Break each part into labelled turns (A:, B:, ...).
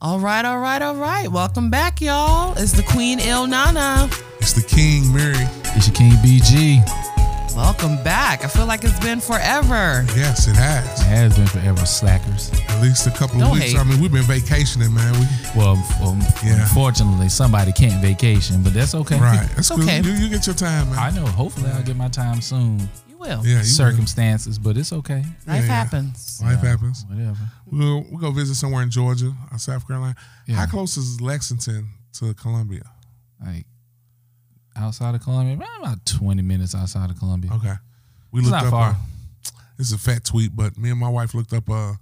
A: All right, all right, all right. Welcome back, y'all. It's the Queen Il Nana.
B: It's the King Mary.
C: It's your King BG.
A: Welcome back. I feel like it's been forever.
B: Yes, it has.
C: It has been forever, slackers.
B: At least a couple of
A: Don't
B: weeks.
A: hate.
B: I mean, we've been vacationing, man. We,
C: Well, um,
B: Yeah.
C: unfortunately, somebody can't vacation, but that's okay.
B: right. That's cool.
A: okay.
B: You, you get your time, man.
C: I know. Hopefully, I'll get my time soon.
A: You will.
B: Yeah, you
C: Circumstances, but it's okay.
B: will.
A: Life
B: Yeah, yeah.
A: happens.
B: Life happens.
C: Whatever.
B: We'll, we'll go visit somewhere in Georgia or South Carolina.
C: Yeah.
B: How close is Lexington to Columbia?
C: Like outside of Columbia, right about twenty minutes outside of Columbia.
B: Okay. We
C: It's
B: looked
C: not
B: up.
C: far.
B: Uh, this is a fat tweet, but me and my wife looked up uh,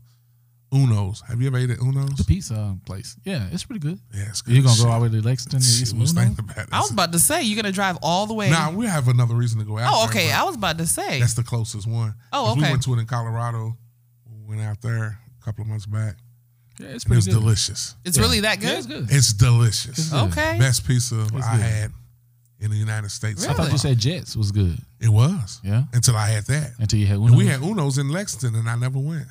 B: Uno's. Have you ever ate at Uno's?
C: The pizza place. Yeah, it's pretty good.
B: Yeah, it's good.
C: You're gonna
B: shit.
C: go all the way to Lexington to
B: Shit,
C: eat some
B: we was
C: Uno?
B: thinking about it.
A: I was about to say, you're going to drive all the way.
B: Nah, we have another reason to go out.
A: oh,
B: there,
A: okay.
B: but
A: I was about to say.
B: That's the closest one.
A: Oh,
B: 'Cause
A: okay.
B: We went to it in Colorado. We went out there a couple of months back.
C: Yeah,
B: And it
C: it's pretty
B: was
C: good.
B: delicious.
A: It's
C: Yeah.
A: really that
C: Yeah,
A: good?
C: it's good.
B: It's delicious.
C: It's good.
A: Okay.
B: Best pizza I
C: good.
B: had in the United States.
C: I thought
A: Really?
C: you said Jets was good.
B: It was.
C: Yeah.
B: Until I had that.
C: Until you had Uno.
B: And we had Uno's in Lexington, and I never went.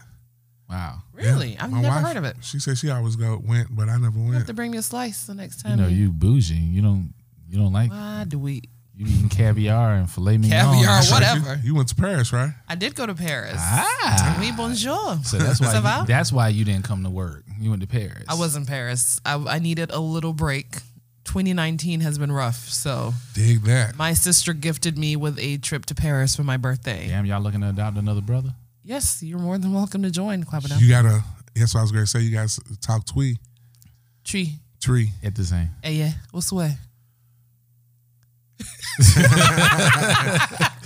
C: wow.
A: really?
B: Yeah.
A: I've
B: My
A: never
B: wife,
A: heard of it.
B: She said she always go went, but I never
A: You have
B: went.
A: to bring me a slice the next
C: You
A: time.
C: know you bougie. You don't. You don't like.
A: Why do we?
C: You eating caviar and filet mignon.
A: Caviar,
B: That's
A: what?
B: right.
A: whatever.
B: You, you went to Paris, right?
A: I did go to Paris.
C: Ah.
A: Oui, bonjour.
C: So that's
A: Ça
C: why.
A: va?
C: You, that's why you didn't come to work. You went to Paris.
A: I was in Paris. I, I needed a little break. 2019 has been rough. So
B: Dig that.
A: my sister gifted me with a trip to Paris for my birthday.
C: Damn, y'all looking to adopt another brother?
A: Yes, you're more than welcome to join, Clapperdown.
B: You gotta. That's what I was gonna say. You guys talk twee
A: Tree.
B: tree.
C: At the same.
A: Hey, yeah. What's the way?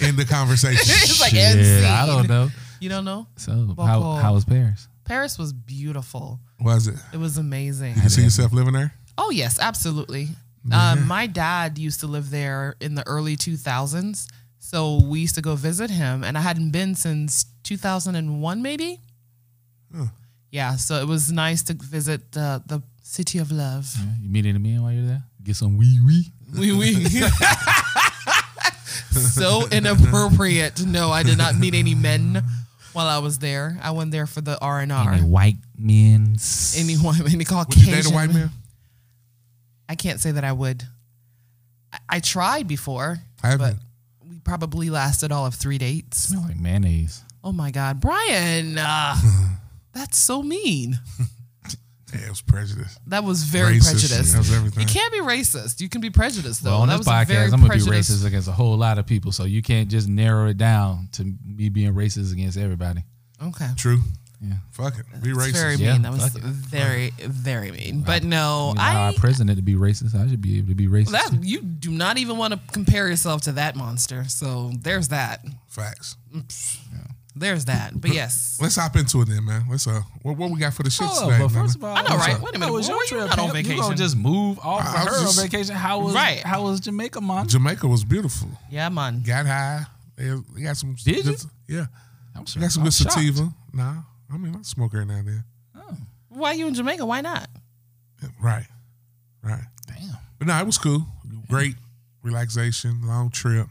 B: End the conversation.
A: It's like
C: Shit,
A: NC.
C: I don't know.
A: You don't know?
C: So
A: Well,
C: how
A: Paul-
C: how was Paris?
A: Paris was beautiful.
B: was it?
A: It was amazing.
B: You see yourself living there?
A: Oh, yes, absolutely. Um, my dad used to live there in the early 2000s. So we used to go visit him, and I hadn't been since 2001, maybe. Yeah, so it was nice to visit the, the city of love.
C: Yeah, You meet any men while you're there? Get some wee wee.
A: We we. so inappropriate. No, I did not meet any men while I was there. I went there for the R and R.
C: Any white men's?
A: Any woman, any
B: Would you
A: Caucasian.
B: date a white man?
A: I can't say that I would. I, I tried before,
B: I
A: but
B: haven't.
A: we probably lasted all of three dates.
C: Smell like mayonnaise.
A: Oh my God, Brian, uh, that's so mean.
B: Yeah, it was prejudice.
A: That was very
B: Racist.
A: prejudiced.
B: That was
A: You
B: everything.
A: can't be racist. You can be prejudiced though.
C: Well, on
A: that
C: this
A: was a very
C: podcast, I'm gonna be
A: prejudiced-
C: racist against a whole lot of people, so you can't just narrow it down to me being racist against everybody.
A: Okay.
B: True.
C: Yeah.
B: Fuck it. Be
A: It's
B: racist.
A: very
C: Yeah,
A: mean. That was
C: fuck it.
A: very, very mean. But no,
C: You know,
A: I.
C: our president to be racist, I should be able to be racist.
A: that
C: too.
A: you do not even want to compare yourself to that monster. So there's that.
B: Facts.
A: There's that. But yes.
B: Let's hop into it then, man. Let's uh, what, what we got for the shits
C: Hold
B: today?
C: up, Oh, but
B: Nana?
C: first of all,
A: I know,
C: what's
A: right?
C: up?
A: Wait a minute,
C: How was
A: where
C: your
A: you
C: trip?
A: at on
C: You
A: vacation?
C: gonna just move off
B: I- I
C: of
B: was
C: her
B: just-
C: on vacation? How was
A: Right.
C: How was Jamaica, man?
B: Jamaica was beautiful.
A: Yeah, man.
B: Got high. They, they got some.
C: Did you?
B: Yeah.
C: I'm
B: They
C: sure-
B: got some
C: I'm
B: good
C: shocked.
B: sativa. Nah, I mean I smoke every now and then.
A: Why you in Jamaica? Why not?
B: Yeah, Right. Right.
C: Damn.
B: But no, it was cool. Great relaxation. Long trip.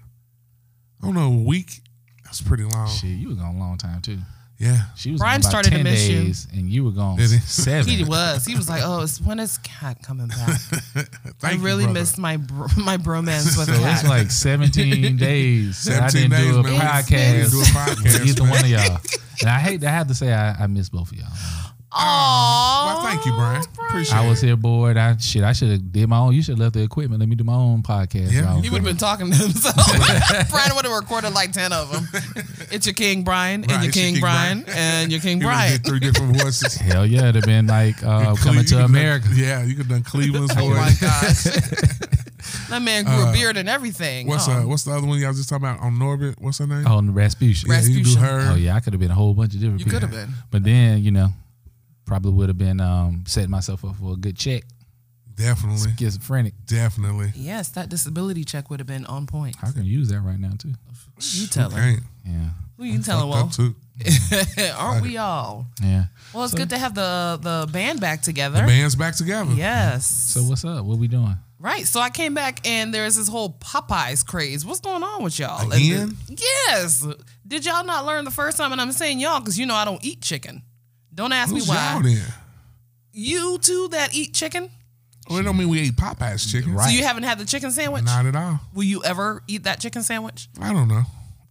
B: I don't know. A week. That's pretty long.
C: Shit, you were gone a long time too.
B: Yeah.
C: She was
A: Brian
C: gone about
A: started to
C: 10
A: miss you.
C: days, and you were gone
B: Did he?
C: seven.
A: He was. He was like, "Oh, it's when is Cat coming back? I
B: Thank you,
A: really
B: brother.
A: missed my bro- my bromance with
C: So it's
A: Cat."
C: like 17 days. that I
B: 17
C: didn't do a
B: days, man.
A: We didn't
C: podcast
B: do a
C: with
B: podcast,
C: either
B: man.
C: one of y'all. And I hate. I have to say, I, I miss both of y'all.
A: Aw,
B: Well, thank you, Brian. Appreciate
C: I
B: it.
C: was here bored. I shit. I should have did my own. You should have left the equipment. Let me do my own podcast.
B: Yeah,
C: y'all.
A: He would have been talking to himself. Brian would have recorded like ten of them. It's your king, Brian, and
B: Right,
A: your
B: it's your
A: king,
B: King
A: Brian,
B: Brian.
A: and your king,
B: You done
A: Brian.
B: did three different voices.
C: Hell yeah, it'd have been like uh,
B: Cle-
C: coming
B: you
C: to
B: could've
C: America.
B: Done, yeah, you could done Cleveland's
A: Oh my
B: voice.
A: gosh. that man grew a beard and everything.
B: What's
A: Oh,
B: uh, what's the other one y'all just talking about on Norbit? What's her name?
C: on Rasputia.
B: Oh, yeah, you do
A: Rasputia.
B: her.
C: Oh yeah, I could have been a whole bunch of different
A: You
C: people.
A: could have been.
C: But then you know, probably would have been um, setting myself up for a good check.
B: Definitely,
C: Schizophrenic.
B: definitely.
A: Yes, that disability check would have been on point.
C: I can use that right now too.
A: You tell her.
B: Dang,
C: Yeah,
A: Who you telling?
B: up
A: Well,
B: to
A: aren't we all?
C: yeah.
A: Well, it's good to have the the band back
B: the
A: together.
B: band's back together.
A: Yes.
C: So what's up? What we doing?
A: right. So I came back and there's this whole Popeyes craze. What's going on with y'all? And
B: Again?
A: the- yes. Did y'all not learn the first time? And I'm saying y'all because you know I don't eat chicken. Don't ask
B: Who's
A: me why.
B: y'all then?
A: You two that eat chicken,
B: Well, it don't mean we ate Popeye's chicken.
C: Right.
A: so you haven't had the chicken sandwich.
B: Not at all.
A: Will you ever eat that chicken sandwich?
B: I don't know.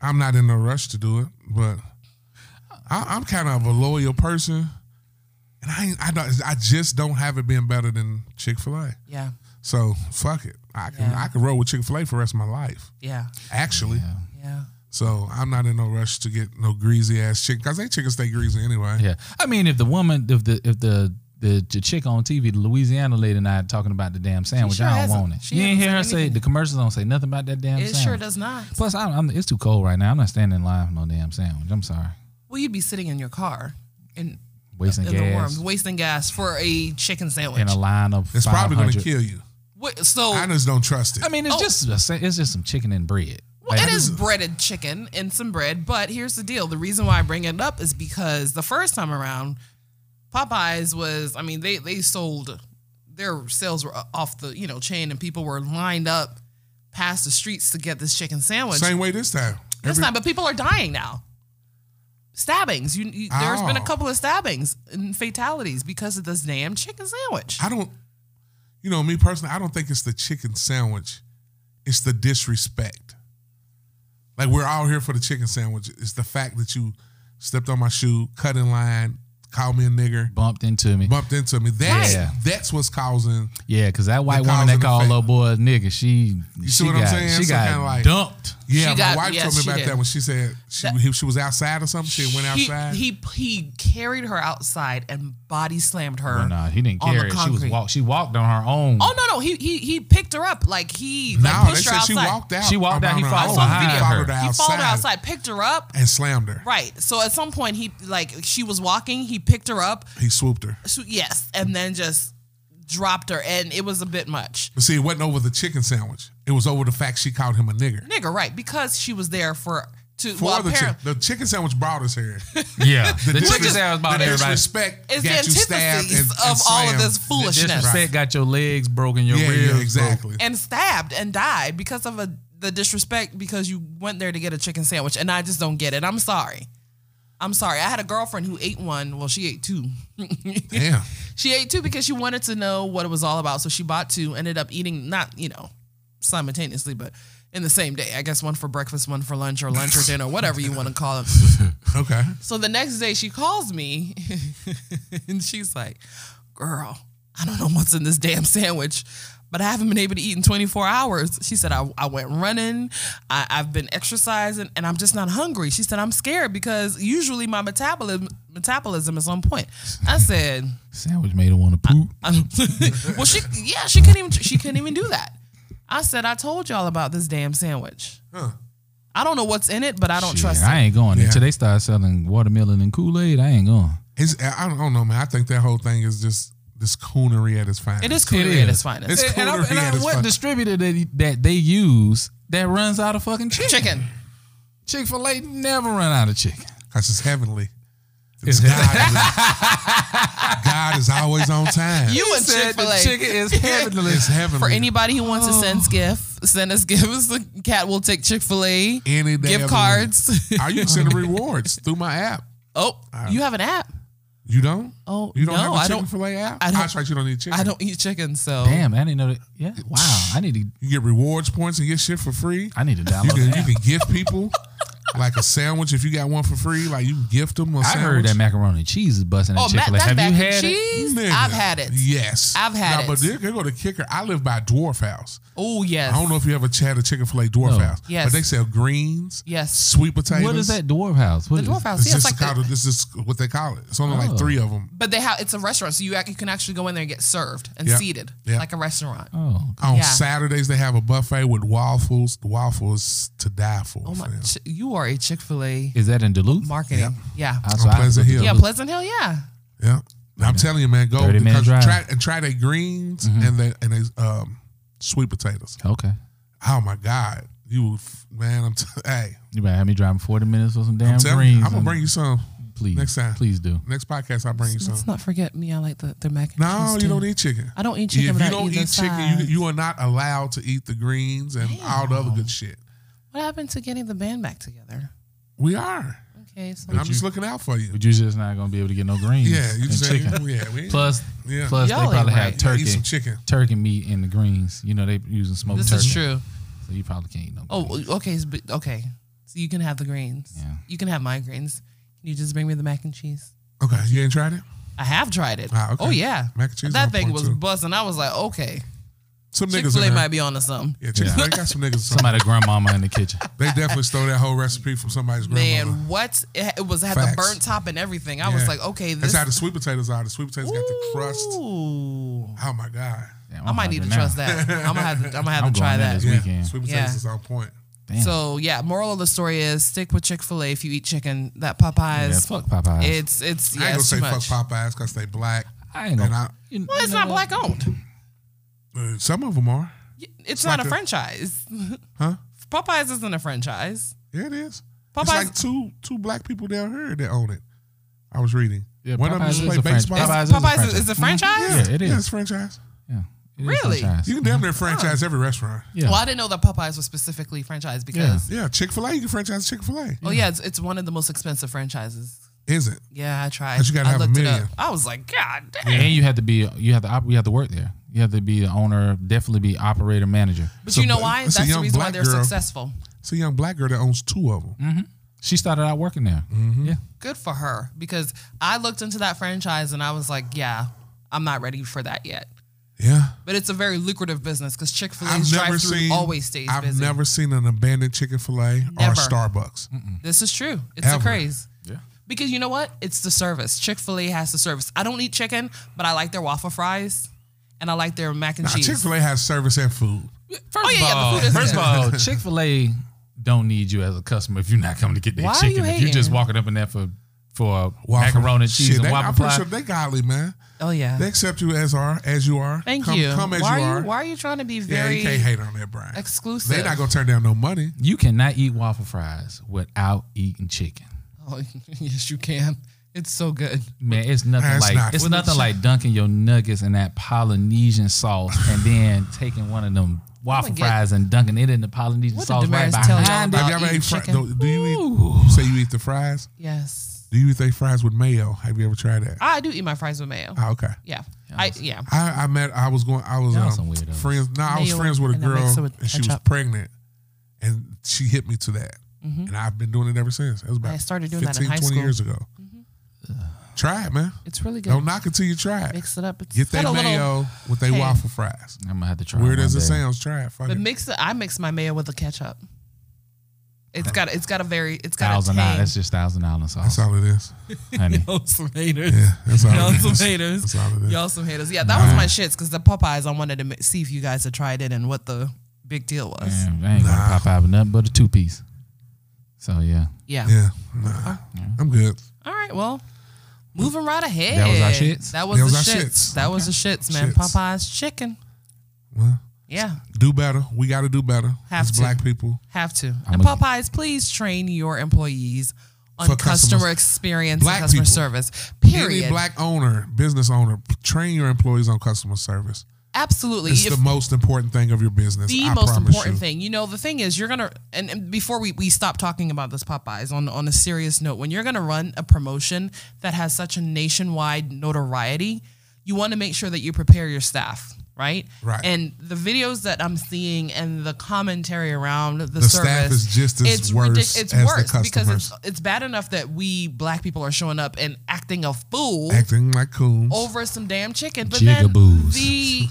B: I'm not in a rush to do it, but I, I'm kind of a loyal person, and I ain't- I don't, I just don't have it being better than Chick Fil A.
A: Yeah,
B: So fuck it. I can
A: Yeah.
B: I can roll with Chick Fil A for the rest of my life.
A: yeah,
B: Actually.
A: yeah.
B: So I'm not in no rush to get no greasy ass chicken because they chicken stay greasy anyway.
C: Yeah, I mean, if the woman, if the if the the, the chick on TV, the Louisiana lady, and I talking about the damn sandwich,
A: sure
C: I don't
A: hasn't.
C: want it.
A: She
C: you ain't
A: hasn't
C: hear her
A: said
C: say
A: anything.
C: the commercials don't say nothing about that damn
A: It
C: sandwich.
A: sure does not.
C: Plus, I, I'm, it's too cold right now. I'm not standing in line for no damn sandwich. I'm sorry,
A: Well, you'd be sitting in your car and
C: wasting
A: in the
C: gas
A: warm, wasting gas for a chicken sandwich.
C: in a line of.
B: It's probably going to
C: 500.
B: kill you.
A: What- so
B: I just don't trust it.
C: I mean, it's
A: Oh.
C: just a, sa- it's just some chicken and bread.
A: Well,
C: Like,
A: it is breaded chicken and some bread, but here's the deal. The reason why I bring it up is because the first time around, Popeyes was, I mean, they they sold their sales were off the, you know, chain and people were lined up past the streets to get this chicken sandwich.
B: Same way this time.
A: this
B: Every-
A: time, but people are dying now. Stabbings. You, you there's been a
B: Oh.
A: couple of stabbings and fatalities because of this damn chicken sandwich.
B: I don't, you know, me personally, I don't think it's the chicken sandwich. It's the disrespect. Like we're all here for the chicken sandwich. It's the fact that you stepped on my shoe, cut in line, called me a nigger,
C: bumped into me.
B: bumped into me. That's
C: Yeah.
B: that's what's causing.
C: Yeah, because that white
B: cause
C: woman that
B: and
C: called
B: effect.
C: little boy a nigga, she
B: see
C: she
B: what I'm
C: got
B: saying?
C: she
B: So
C: got
B: kinda like-
C: dumped.
B: Yeah, my
A: got-
B: wife
A: yes,
B: told me
A: she
B: about
A: did.
B: that when she said she he, she was outside or something. She went
A: He-
B: outside.
A: He, he carried her outside and body slammed her.
C: Oh, no, he didn't
A: On the
C: care. it. She was
A: concrete.
C: walk. She walked on her own.
A: Oh no, no, he he he picked her up like he like,
B: no, they
A: pushed her
B: said
A: outside.
B: she walked out.
C: She walked out, he
B: on her
C: followed
B: own.
C: behind
B: He
C: her.
B: followed her
A: He
B: outside,
A: followed her outside, picked her up.
B: and slammed her.
A: Right. So at some point he like she was walking, he picked her up.
B: He swooped her.
A: So, yes, and then just dropped her, and it was a bit much.
B: But see, it wasn't over the chicken sandwich. It was over the fact she called him a nigger.
A: Nigga, right? Because she was there for to
B: For
A: well
B: the,
A: apparently
B: chick, the chicken sandwich brought us here.
C: Yeah, the,
B: dis-
C: chicken sandwich about
B: the
C: everybody.
B: disrespect
A: it's the
B: got you stabbed
A: antithesis of
B: and, and
A: all of
B: slammed.
A: this foolishness
C: Disrespect got your legs broken, your
B: Yeah,
C: ribs
B: yeah,
C: broke.
B: exactly.
A: and stabbed and died because of a the disrespect because you went there to get a chicken sandwich, and I just don't get it. I'm sorry. I'm sorry. I had a girlfriend who ate one. Well, she ate two.
B: Damn.
A: She ate two because she wanted to know what it was all about. So she bought two, ended up eating not, you know, simultaneously, but in the same day. I guess one for breakfast, one for lunch, or lunch or dinner, whatever you want to call it.
B: Okay.
A: So the next day she calls me and she's like, Girl, I don't know what's in this damn sandwich, but I haven't been able to eat in 24 hours. She said, I, I went running, I, I've been exercising, and I'm just not hungry. She said, I'm scared because usually my metabolism metabolism is on point. I said,
C: Sandwich made her want to poop.
A: I don't- well, she yeah, she couldn't even she couldn't even do that. I said I told y'all about this damn sandwich.
B: Huh.
A: I don't know what's in it, but I don't
C: Shit,
A: trust
C: I
A: it.
C: ain't going
B: Yeah.
C: until they start selling watermelon and Kool Aid. I ain't going.
B: It's, I don't I don't know, man. I think that whole thing is just this coonery at its finest.
A: It is cool at its finest.
B: It's
C: and I,
B: cooler here
C: and I,
B: this
C: what
B: fuck-
C: distributor that, that they use that runs out of fucking chicken?
A: Chicken.
C: Chick Fil A never run out of chicken.
B: Because it's heavenly. It's God. God is always on time.
A: You and
C: Said
A: Chick Fil
C: the
A: A.
C: chicken is heavenly.
B: it's heavenly.
A: For anybody who wants to send gift, send us gifts. The cat will take Chick Fil A.
B: Any day
A: Gift
B: of the
A: cards.
B: week. I you send rewards through my app.
A: Oh, you have an app?
B: You don't?
A: Oh,
B: you don't
A: no, I
B: have a
A: don't-
B: chicken fillet app?
A: I don't-
B: That's right. You don't need chicken.
A: I don't eat chicken, so
C: Damn, I didn't know that. Yeah, wow. I need to.
B: You get rewards points and get shit for free.
C: I need to download
B: You can
C: that.
B: you can gift people like a sandwich if you got one for free. Like you can gift them a
C: I
B: sandwich.
C: heard that macaroni and cheese is busting at
A: Oh,
C: Chick
A: Matt,
C: Fil A.
A: that
C: Have
A: mac and
C: you had it?
A: cheese?
B: Nigga.
A: I've had it.
B: Yes,
A: I've had
B: Nah, But
A: it.
B: they go to kicker. I live by Dwarf House.
A: Oh
B: I don't
A: yes.
B: know if you ever had a chicken fillet Dwarf
C: No.
B: House.
A: Yes.
B: but they sell greens.
A: Yes.
B: sweet potatoes.
C: What is that dwarf house? What
A: The
C: is-
A: dwarf house.
B: It's
A: Yeah, it's
B: just
A: like
B: called,
A: the,
B: this is what they call it. It's only
C: Oh.
B: like three of them.
A: but they have it's a restaurant, so you act, you can actually go in there and get served and
B: Yeah.
A: seated
B: Yeah.
A: like a restaurant.
C: Oh,
B: On
A: Yeah.
B: Saturdays they have a buffet with waffles. The waffles to die for.
A: Oh my!
B: fam.
A: Ch- you are a Chick Fil A
C: is that in Duluth?
A: marketing. Yeah.
C: I- so
B: On
C: I-
B: Pleasant Hill.
A: yeah, Pleasant Hill. Yeah.
B: Yeah. I'm telling you, man, go
C: 30
B: because
C: minute drive. Mm-hmm.
B: try and try their greens and they and they um sweet potatoes.
C: Okay.
B: Oh my God. You would f- man, I'm t- hey,
C: You better have me driving 40 minutes for some damn
B: I'm telling you,
C: greens.
B: I'm gonna
C: and-
B: bring you some.
C: please,
B: next time.
C: Please do.
B: Next podcast I'll bring you some.
A: Let's not forget me. I like the, the mac and
B: No,
A: cheese.
B: you don't
A: too.
B: eat chicken.
A: I don't eat
B: If
A: chicken.
B: you
A: but I
B: don't
A: eat, the
B: eat chicken, you,
A: sides.
B: you are not allowed to eat the greens and all the other good shit.
A: What happened to getting the band back together?
B: We are.
A: Okay, so
B: And I'm
C: you-
B: just looking out for you.
C: But you're just not gonna be able to get no greens.
B: Yeah, you
C: and
B: just ain't-
C: chicken.
B: yeah, we ain't-
C: Plus,
B: Yeah.
C: plus
A: Y'all ain't
C: they probably
A: right.
C: have turkey,
B: Eat some chicken.
C: turkey meat in the greens. You know they using smoked
A: this
C: turkey.
A: is true.
C: So you probably can't eat no.
A: Oh,
C: greens.
A: okay. s- but- Okay. So you can have the greens.
C: Yeah.
A: You can have my greens. Can you just bring me the mac and cheese?
B: Okay, you ain't tried it.
A: I have tried it.
B: Ah, okay.
A: Oh yeah,
B: Mac and cheese on
A: That thing
B: point,
A: was
B: too.
A: busting. I was like, okay,
B: Some
A: Chick
B: niggas
A: Fil A
B: in
A: might
B: there.
A: be onto something.
B: Yeah, Chick Fil A got some niggas. or
A: uh,
B: something.
C: Somebody grandmama in the kitchen.
B: They definitely stole that whole recipe from somebody's
A: Man,
B: grandmother.
A: what it it was it had
B: Facts.
A: the burnt top and everything. I
B: Yeah.
A: was like, okay, this
B: That's how the sweet potatoes are. The sweet potatoes got the crust.
A: Ooh.
B: Oh my god.
C: Damn,
A: I
C: I'm
A: might need
C: hungry
A: to
C: now.
A: trust that. I'm gonna have to, I'm gonna have
C: I'm
A: to try
C: going in
A: that.
C: this
B: Yeah,
C: weekend.
B: sweet potatoes
A: Yeah.
B: is on point.
C: Damn.
A: So yeah, moral of the story is stick with Chick Fil A if you eat chicken. That Popeyes,
C: yeah, fuck Popeyes.
A: it's it's
B: I
A: yeah,
B: ain't gonna
A: it's
B: say
A: too much.
B: fuck Popeyes because they black.
C: I ain't
B: And
C: gonna.
B: I,
C: you-
A: well,
C: you
A: it's
C: know
A: not
C: what?
A: black owned.
B: uh, some of them are,
A: It's not
B: like
A: a
B: a-
A: franchise.
B: huh?
A: Popeyes isn't a franchise.
B: Yeah, it is.
A: Popeyes-
B: It's like two two black people down here that own it. I was reading.
C: Yeah,
B: One of them used
C: Popeyes
B: to
C: is
B: play
C: a franchise.
B: baseball.
A: It's-
C: Popeyes
A: Popeyes,
C: is a
A: is,
C: franchise.
A: a franchise.
C: Yeah, it
B: Mm-hmm. Yeah,
C: is.
B: it's franchise.
C: Yeah. It is
A: Really?
C: franchise.
B: You can damn near franchise every restaurant.
C: yeah.
A: Well, I didn't know that Popeyes was specifically franchised because
B: Yeah, Chick Fil A. You can franchise Chick Fil A.
A: oh yeah, it's, it's one of the most expensive franchises.
B: Is it?
A: Yeah, I tried.
B: But you gotta
A: I
B: have a
A: looked it
B: million.
A: up. I was like, God damn.
C: And you had to be you had to op- you had to work there. You had to be the owner, definitely be operator manager.
A: But
B: So,
A: you know
B: but
A: why?
B: it's a
A: That's the
B: young
A: reason why
B: black
A: they're
B: girl.
A: successful.
B: It's a young black girl that owns two of them.
A: Mm-hmm.
C: She started out working there.
B: Mm-hmm.
C: Yeah.
A: Good for her because I looked into that franchise and I was like, yeah, I'm not ready for that yet.
B: Yeah.
A: But it's a very lucrative business because Chick Fil
B: I've
A: A's
B: never
A: drive through
B: seen.
A: always stays
B: I've
A: busy.
B: never seen an abandoned Chicken Filet or
A: Never.
B: Starbucks.
A: this is true. It's a
B: Ever.
A: craze.
C: Yeah.
A: Because you know what? It's the service. Chick Fil A has the service. I don't eat chicken, but I like their waffle fries, and I like their mac and cheese.
B: Chick Fil A has service and food. Oh,
C: First
A: yeah, yeah, the food is
C: Oh, first of
A: good.
C: all, Chick Fil A don't need you as a customer if you're not coming to get their
A: Why are you
C: chicken. if you're just
A: hating? walking
C: walking up in there for for
B: Waffle.
C: macaroni and cheese
B: Shit,
C: and
B: they,
C: waffle
B: I'm pretty
C: fry,
B: sure they godly man.
A: oh yeah.
B: They accept you as are as you are.
A: Thank
B: come,
A: you.
B: Come as
A: why
B: you
A: are
B: are.
A: you Why are you trying to be
B: yeah,
A: very
B: you can't hate on that, Brian.
A: exclusive?
B: They're not gonna turn down no money.
C: you cannot eat waffle fries without eating chicken.
A: Oh, yes, you can. It's so good.
C: Man, it's nothing
B: That's
C: like
B: not-
C: it's
B: Well,
C: nothing like dunking your nuggets in that Polynesian sauce and then taking one of them waffle
A: get-
C: fries and dunking it in the Polynesian
A: What did
C: sauce right
A: Damaris tell y'all
C: behind it.
A: about-
B: Have you ever
A: eating
B: ate fri-
A: chicken.
B: do, do you eat? You say you eat the fries.
A: Yes,
B: Do you eat their fries with mayo? Have you ever tried that?
A: I do eat my fries with mayo.
B: Ah, okay.
A: yeah, I yeah.
B: I, I met. I was going. I was
C: Y'all
B: um,
C: some weirdos.
B: friends. No, I was
A: Mayo
B: friends with a
A: and I mix it
B: girl,
A: with
B: and she was
A: ketchup.
B: pregnant, and she hit me to that, and I've been doing it ever since. It was about
A: Mm-hmm. I started doing
B: 15,
A: that in high
B: 20
A: school.
B: years ago.
C: Mm-hmm.
B: Try it, man.
A: It's really good.
B: Don't knock it till you try it.
A: Mix it up. It's
B: Get that
A: got a
B: mayo
A: little-
B: with they
A: Hey.
B: waffle fries.
C: I'm gonna have to try.
B: Weird
C: one
B: as it
C: day.
B: sounds, try it. Fuck
A: But
B: it.
A: mix it. I mix my mayo with the ketchup. It's got. It's got a very. It's got
C: Thousand
A: a
C: Island.
A: tang.
C: That's just Thousand Island sauce,
B: That's all it is.
C: honey.
A: Y'all some haters.
B: Yeah, that's all.
A: Y'all
B: it
A: some
B: is.
A: haters.
B: That's all it is.
A: Y'all some haters. Yeah, that was my shits because the Popeyes. I wanted to ma- see if you guys had tried it and what the big deal was.
C: Man, I ain't gonna pop out with nothing but a two piece. So yeah,
A: Yeah.
B: Yeah,
A: Uh-huh.
B: nah, I'm good.
A: All right. Well, moving right ahead.
C: That was our shits?
A: That was,
B: That was
A: the
B: our
A: shits.
B: shits.
A: That was the shits, man.
B: Shits.
A: Popeyes chicken.
B: Well,
A: Yeah,
B: do better. We got to do better.
A: Have
B: As
A: to.
B: black people.
A: have to.
C: I'm
A: and
C: a-
A: Popeyes, please train your employees on
B: For
A: customer
B: customers.
A: experience
B: Black
A: and customer
B: people.
A: service.
B: Any
A: Period.
B: black owner, business owner, p- train your employees on customer service.
A: Absolutely.
B: It's
A: If-
B: the most important thing of your business.
A: the
B: I
A: most
B: promise
A: important
B: you.
A: thing. You know, the thing is, you're gonna and, and before we, we stop talking about this Popeyes on on a serious note, when you're gonna run a promotion that has such a nationwide notoriety, you want to make sure that you prepare your staff, right?
B: Right.
A: And the videos that I'm seeing and the commentary around the,
B: The
A: service,
B: staff is just as
A: it's
B: worse
A: ridic- it's
B: as the
A: worse because it's
B: customers.
A: it's bad enough that we black people are showing up and acting a fool
B: Acting like coons.
A: over some damn chicken. But then
C: Jigaboos.
A: the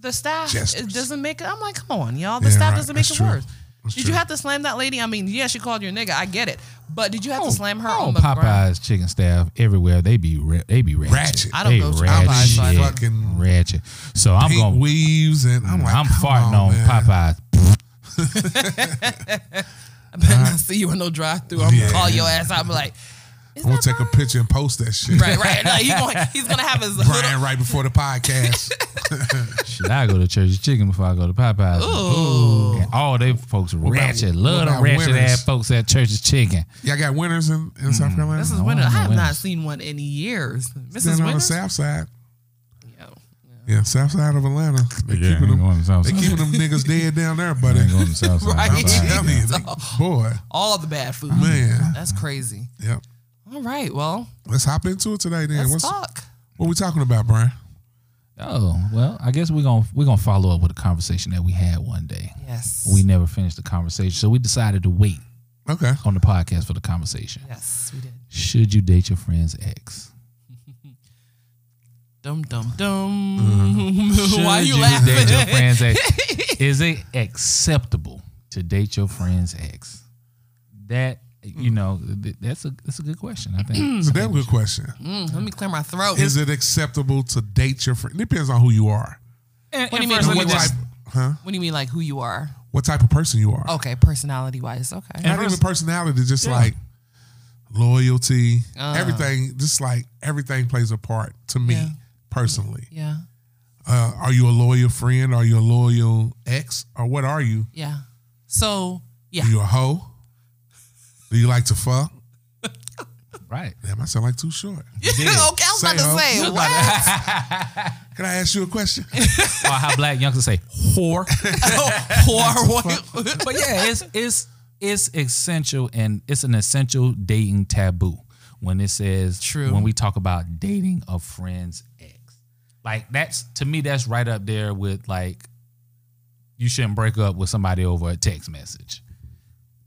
A: the staff it
B: Jesters.
A: doesn't make it. I'm like, come on, y'all. The
B: Yeah,
A: staff
B: right.
A: doesn't make
B: That's
A: it
B: true.
A: worse.
B: That's
A: did
B: true.
A: you have to slam that lady? I mean, yeah, she called you a nigga. I get it, but did you have to slam her
C: Oh,
A: on the
C: Popeyes
A: ground?
C: chicken staff everywhere. They be ra- they be ratchet.
B: Ratchet.
A: I don't
C: They
A: go to
C: ratchet,
A: Popeyes, so I don't-
B: Fucking
C: ratchet. So I'm
B: Pink
C: going.
B: weaves and I'm like,
C: I'm
B: come
C: farting on,
B: man.
C: Popeyes.
A: I bet
B: Uh-huh.
A: not see you in no drive through. I'm
B: Yeah.
A: gonna call your ass. out. I'm like, is
B: I'm gonna
A: that
B: take a
A: Brian?
B: picture and post that shit.
A: Right, right. Like, he gonna, he's gonna have his little.
B: Brian, right before the podcast.
C: Shit, I go to Church's Chicken before I go to Popeyes.
A: Ooh.
C: And all they folks ratchet.
B: what
C: Love them
B: about
C: ratchet
B: winners?
C: ass folks at Church's Chicken.
B: Y'all got winners in, in
C: Mm-hmm.
B: South Carolina?
A: Mrs. Winter, I
C: I wanna know
A: have
C: when
A: not
C: it's-
A: seen one in years.
B: Then
A: Mrs.
B: on the
A: Winter,
B: South Side.
A: Yo, yo.
B: Yeah, south side of Atlanta. They
C: Yeah, I
B: keeping
C: ain't
B: them.
C: going to South
B: They
C: Side.
B: keeping them niggas dead down there, buddy.
C: I ain't going to South Side.
A: Right.
B: I'm telling you,
A: Jesus.
B: they- boy,
A: All the bad food.
B: man.
A: That's crazy.
B: Yep.
A: All right. Well,
B: Let's hop into it today, then.
A: let's
B: What's,
A: talk.
B: what we talking about, Brian?
C: Oh well, I guess we're gonna we're gonna follow up with a conversation that we had one day.
A: Yes.
C: We never finished the conversation, so we decided to wait
B: Okay.
C: on the podcast for the conversation.
A: yes, we did.
C: Should you date your friend's ex?
A: Dum dum dum.
C: Mm-hmm. Should
A: Why you
C: date your
A: laughing?
C: friend's ex? Is it acceptable to date your friend's ex? That
A: Mm.
C: you know, th- that's a that's a good question. I think.
B: It's a damn good question.
A: Mm, let me clear my throat.
B: Is it acceptable to date your friend? Depends on who you are.
C: And-
A: What do
C: and
A: you mean?
C: first, let
A: What
C: me
A: type-
C: just-
B: huh?
A: what do you mean, like who you are?
B: What type of person you are?
A: Okay, personality wise. Okay.
B: Not even personality, just like loyalty, everything. Just like everything plays a part to me
A: Uh-huh. Yeah.
B: personally.
A: yeah.
B: Uh, are you a loyal friend? Are you a loyal ex? Or what are you?
A: Yeah. So yeah.
B: Are you a hoe? Do you like to fuck?
C: Right.
B: Damn, I sound like too short.
A: okay, I was
B: Say
A: about
B: ho.
A: to say what?
B: Can I ask you a question?
C: Or how black youngsters say whore.
A: Whore. what-
C: but yeah, it's it's it's essential and it's an essential dating taboo when it says
A: True.
C: when we talk about dating a friend's ex. Like that's to me that's right up there with like you shouldn't break up with somebody over a text message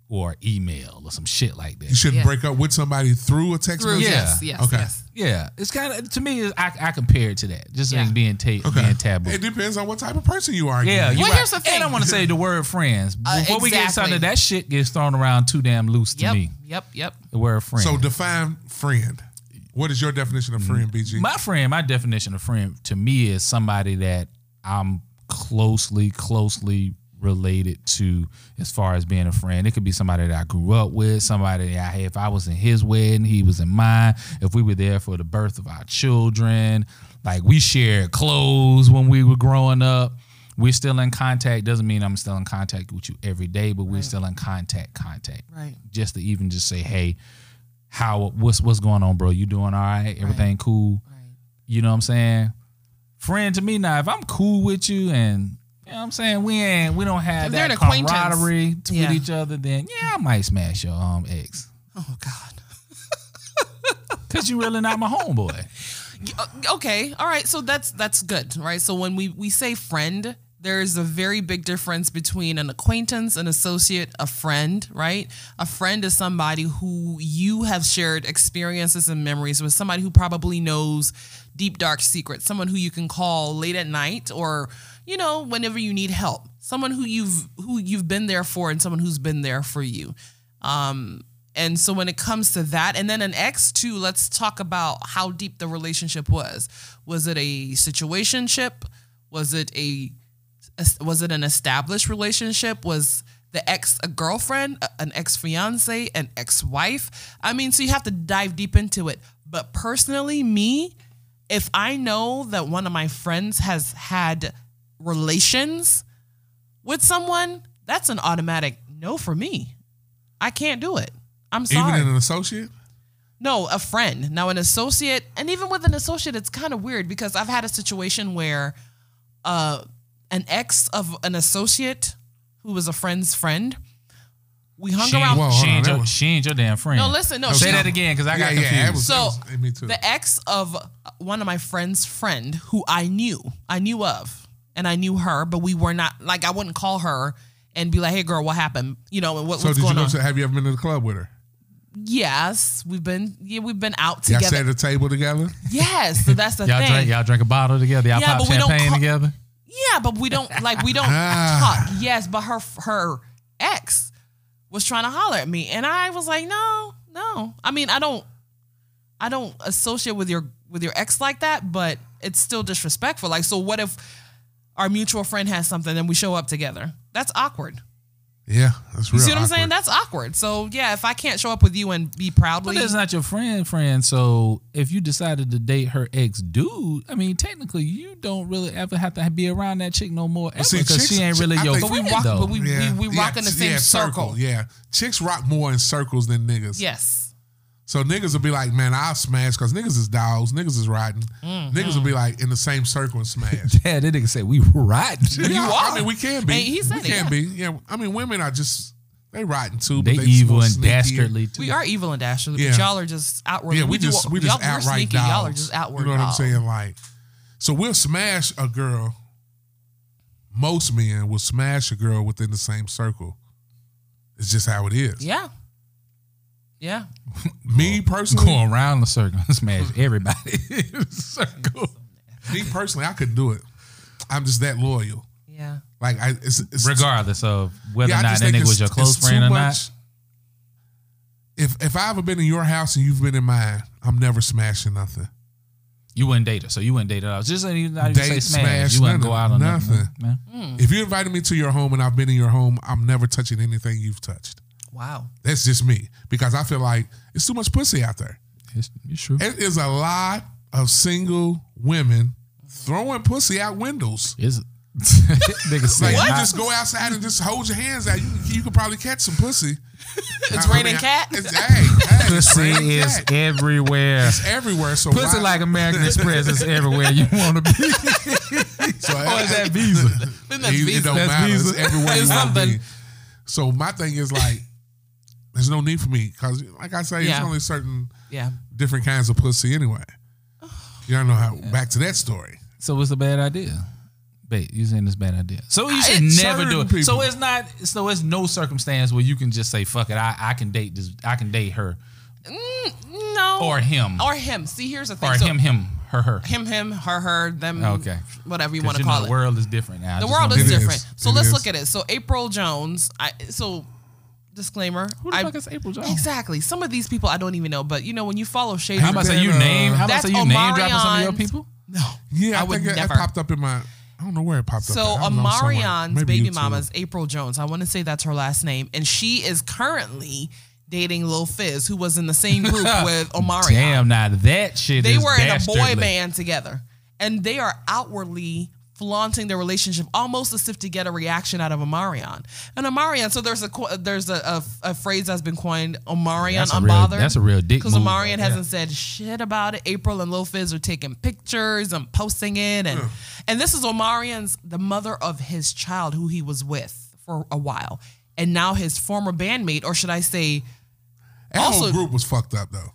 C: or email or some shit like
B: You
C: that.
B: shouldn't
A: Yeah.
B: break up with somebody through a text
A: Through,
B: message.
A: Yes. Yes.
B: Okay.
A: Yes.
C: Yeah, it's kind of to me I, I compare it to that just
A: Yeah.
C: as being ta- being taboo.
B: It depends on what type of person you are.
C: yeah,
B: again.
C: you
A: Well,
C: right.
A: here's the
C: And I
A: thing.
C: don't want to say the word friends. Before
A: Uh,
C: we get
A: exactly.
C: something that shit gets thrown around too damn loose to
A: Yep.
C: me.
A: Yep. Yep.
C: The word friend.
B: So define friend. What is your definition of friend, BG?
C: My friend, my definition of friend to me is somebody that I'm closely, closely related to as far as being a friend. It could be somebody that I grew up with, somebody that I if I was in his wedding, he was in mine. If we were there for the birth of our children, like we shared clothes when we were growing up. We're still in contact. Doesn't mean I'm still in contact with you every day, but we're still in contact, contact
A: Right.
C: just to even just say, hey, how what's what's going on, bro? You doing all right? Everything cool?
A: Right.
C: You know what I'm saying? Friend to me now, if I'm cool with you and you know what I'm saying we ain't we don't have
A: If they're
C: that
A: an acquaintance.
C: camaraderie to
A: Yeah.
C: with each other, then yeah, I might smash your um ex.
A: Oh God.
C: Cause you really not my homeboy.
A: Uh, okay all right so that's that's good right so when we we say friend there's a very big difference between an acquaintance an associate a friend right a friend is somebody who you have shared experiences and memories with somebody who probably knows deep dark secrets someone who you can call late at night or you know whenever you need help someone who you've who you've been there for and someone who's been there for you um, and so when it comes to that, and then an ex too, let's talk about how deep the relationship was. Was it a situationship? Was it a was it an established relationship? Was the ex a girlfriend, a- an ex fiance, an ex wife? I mean, so you have to dive deep into it. But personally, me, if I know that one of my friends has had relations with someone, that's an automatic no for me. I can't do it. I'm sorry.
B: Even in an associate?
A: No, a friend. Now, an associate, and even with an associate, it's kind of weird because I've had a situation where uh, an ex of an associate who was a friend's friend, we hung
C: She ain't,
A: around.
B: Whoa, hold
C: she,
B: on,
C: ain't
B: that
C: your,
B: was-
C: she ain't your damn friend.
A: No, listen, no.
C: Say
A: she-
C: that again, cause I got
B: yeah, yeah.
C: confused.
B: It was,
A: So,
B: it was, me too.
A: the ex of one of my friend's friend who I knew, I knew of, and I knew her, but we were not like I wouldn't call her and be like, "Hey, girl, what happened?" You know, and what,
B: so
A: what's
B: did you
A: going
B: go
A: on?
B: to, have you ever been to the club with her?
A: yes, we've been yeah, we've been out
B: Y'all
A: together.
B: sat at a table together?
A: yes, so that's the
C: y'all
A: thing.
C: drink y'all drink a bottle together, y'all
A: Yeah,
C: pop
A: but we don't
C: champagne
A: call-
C: together.
A: Yeah, but we don't like we don't
B: Ah.
A: talk. Yes, but her her ex was trying to holler at me, and I was like, no, no. I mean, I don't, I don't associate with your with your ex like that. But it's still disrespectful. Like, so what if our mutual friend has something and we show up together? That's awkward.
B: Yeah, that's
A: You
B: real.
A: see what I'm
B: awkward.
A: saying? That's awkward. So yeah, if I can't show up with you and be
C: But
A: proudly,
C: that's not your friend, friend. So if you decided to date her ex dude, I mean, technically, you don't really ever have to be around that chick no more ever
B: see,
C: because
B: chicks-
C: she ain't really
B: I
C: your
B: think-
A: but we
C: friend.
A: walk,
C: though.
A: but we we, we rock in the
B: t-
A: same circle.
B: Yeah, chicks rock more in circles than niggas.
A: Yes,
B: So niggas will be like, man, I'll smash because niggas is dogs, niggas is riding.
A: Mm-hmm.
B: Niggas will be like in the same circle and smash.
C: Yeah, that nigga said we riding.
B: Yeah,
C: you
B: I
C: are.
B: mean, we can be.
A: Hey, he said
B: we
A: it,
B: can
A: yeah.
B: be. Yeah, I mean, women are just they rotten too.
C: they
B: but they
C: evil
B: so
C: and
B: sneaky.
C: dastardly too.
A: We are evil and dastardly,
B: Yeah.
A: but y'all are just outward.
B: Yeah, we,
A: do-
B: just we
A: y'all,
B: just
A: we're
B: outright
A: sneaky.
B: dogs.
A: Y'all are just outward.
B: You know what
A: dogs.
B: I'm saying? Like, so we'll smash a girl. Most men will smash a girl within the same circle. It's just how it is.
A: Yeah. Yeah.
B: Me personally,
C: Go around the circle and smash everybody in the circle.
B: me personally, I could do it. I'm just that loyal.
A: Yeah.
B: Like I, it's, it's
C: Regardless of whether
B: Yeah, I
C: or not
B: just
C: that
B: think
C: nigga
B: it's-
C: was your close
B: it's too
C: friend or
B: much- If if I ever been in your house and you've been in mine, I'm never smashing nothing.
C: not, you wouldn't date her. So you wouldn't date her. at all. Just not even not even say
B: Date,
C: smash.
B: smash,
C: You wouldn't
B: nothing,
C: go out on nothing.
B: nothing.
C: man.
B: If you invited me to your home and I've been in your home, I'm never touching anything you've touched.
A: Wow.
B: That's just me because I feel like it's too much pussy out there.
C: It's, it's true.
B: It is a lot of single women throwing pussy out windows.
C: It's nigga
B: Like
C: said
B: you
C: not-
B: just go outside and just hold your hands out. You, you could probably catch some pussy.
A: It's
B: I- I
A: raining
B: mean,
A: cat.
B: It's, hey, hey, it's
C: pussy
B: raining
C: is
B: cat.
C: everywhere.
B: It's everywhere. So
C: Pussy
B: why-
C: like American Express is everywhere you want to be.
B: so
C: Or is that Visa?
A: Then that's
B: it, it
A: Visa.
B: don't
C: That's
B: matter. It's
C: Visa.
B: everywhere you
A: It's
B: want to be.
A: something.
B: So my thing is like, there's no need for me because, like I say, it's
A: Yeah.
B: only certain
A: Yeah.
B: different kinds of pussy anyway. Y'all know how. Back to that story.
C: So it's a bad idea. Babe, you saying it's a bad idea. So you should
B: It's
C: never do it.
B: certain people.
C: So it's not so it's no circumstance where you can just say, fuck it, I, I can date this I can date her.
A: No.
C: Or him.
A: Or him. See, here's the thing.
C: Or
A: So
C: him, him, her, her.
A: him, him, her, her, them.
C: Okay.
A: Whatever you
C: 'Cause
A: want to
C: know,
A: call
C: the
A: it.
C: world is different now. I
A: The
C: just
A: world
C: wanna
A: is
B: It is.
A: different. So
B: It
A: let's
B: is.
A: look at it. So April Jones, I so disclaimer.
C: Who the
A: I-
C: fuck is April Jones?
A: Exactly. Some of these people I don't even know, but you know when you follow Shade
C: How about
A: Room-
C: say you
B: Then, uh,
C: name how about
A: That's
C: say you name dropping some of your
A: Omarion's-
C: people?
A: No.
B: Yeah, I,
A: I would
B: think it-
A: never.
B: That popped up in my. I don't know where it popped
A: So
B: up. at. I don't know, somewhere.
A: Amarion's
B: Maybe
A: baby
B: YouTube.
A: mama is April Jones. I want to say that's her last name, and she is currently dating Lil Fizz, who was in the same group with Omarion.
C: Damn now that shit
A: they
C: is
A: were in a boy
C: dastardly.
A: band together, and they are outwardly flaunting their relationship almost as if to get a reaction out of Omarion. And Omarion, so there's a co- there's a, a, a phrase that's been coined Omarion
C: That's a real-
A: unbothered.
C: that's a real dick
A: because
C: move
A: Omarion
C: right
A: hasn't said shit about it. April and Lil Fizz are taking pictures and posting it, and and this is Omarion's the mother of his child who he was with for a while, and now his former bandmate, or should I say,
B: That whole
A: also-
B: group was fucked up though.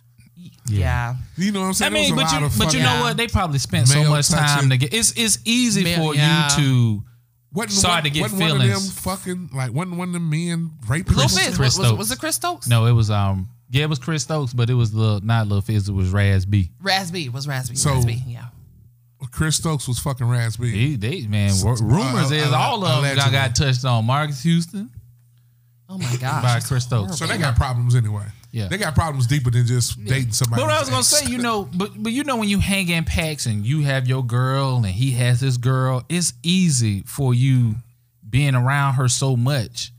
A: yeah.
B: You know what I'm saying?
C: I mean,
B: There was
C: but
B: a lot
C: you,
B: of
C: but you
B: fucking-
C: know what? They probably spent so
B: Male
C: much
B: touching.
C: time to get. It's it's easy
A: Male-
C: for
A: yeah.
C: you to.
B: Wasn't,
C: Sorry
B: one-
C: to get
B: wasn't One of them
C: feelings.
B: fucking like wasn't one of them men raping.
A: Lil
B: us?
A: Fizz
C: Chris
A: was, was,
C: Stokes.
A: was it Chris Stokes?
C: No, it was um. Yeah, it was Chris Stokes, but it was the not Lil Fizz. It was Raz B.
A: Raspy was Raspy.
B: So-
A: Raspy, yeah.
B: Chris Stokes was fucking Raz B.
C: They, they man, wor- rumors
B: uh,
C: is
B: uh,
C: all of them got,
B: allegedly.
C: got touched on. Marcus Houston
A: Oh my gosh.
C: by Chris Stokes.
B: So they got problems anyway.
C: Yeah.
B: They got problems deeper than just dating somebody.
C: But what I
B: else's
C: was gonna
B: ex.
C: say, you know, but but you know when you hang in packs and you have your girl and he has his girl, it's easy for you being around her so much.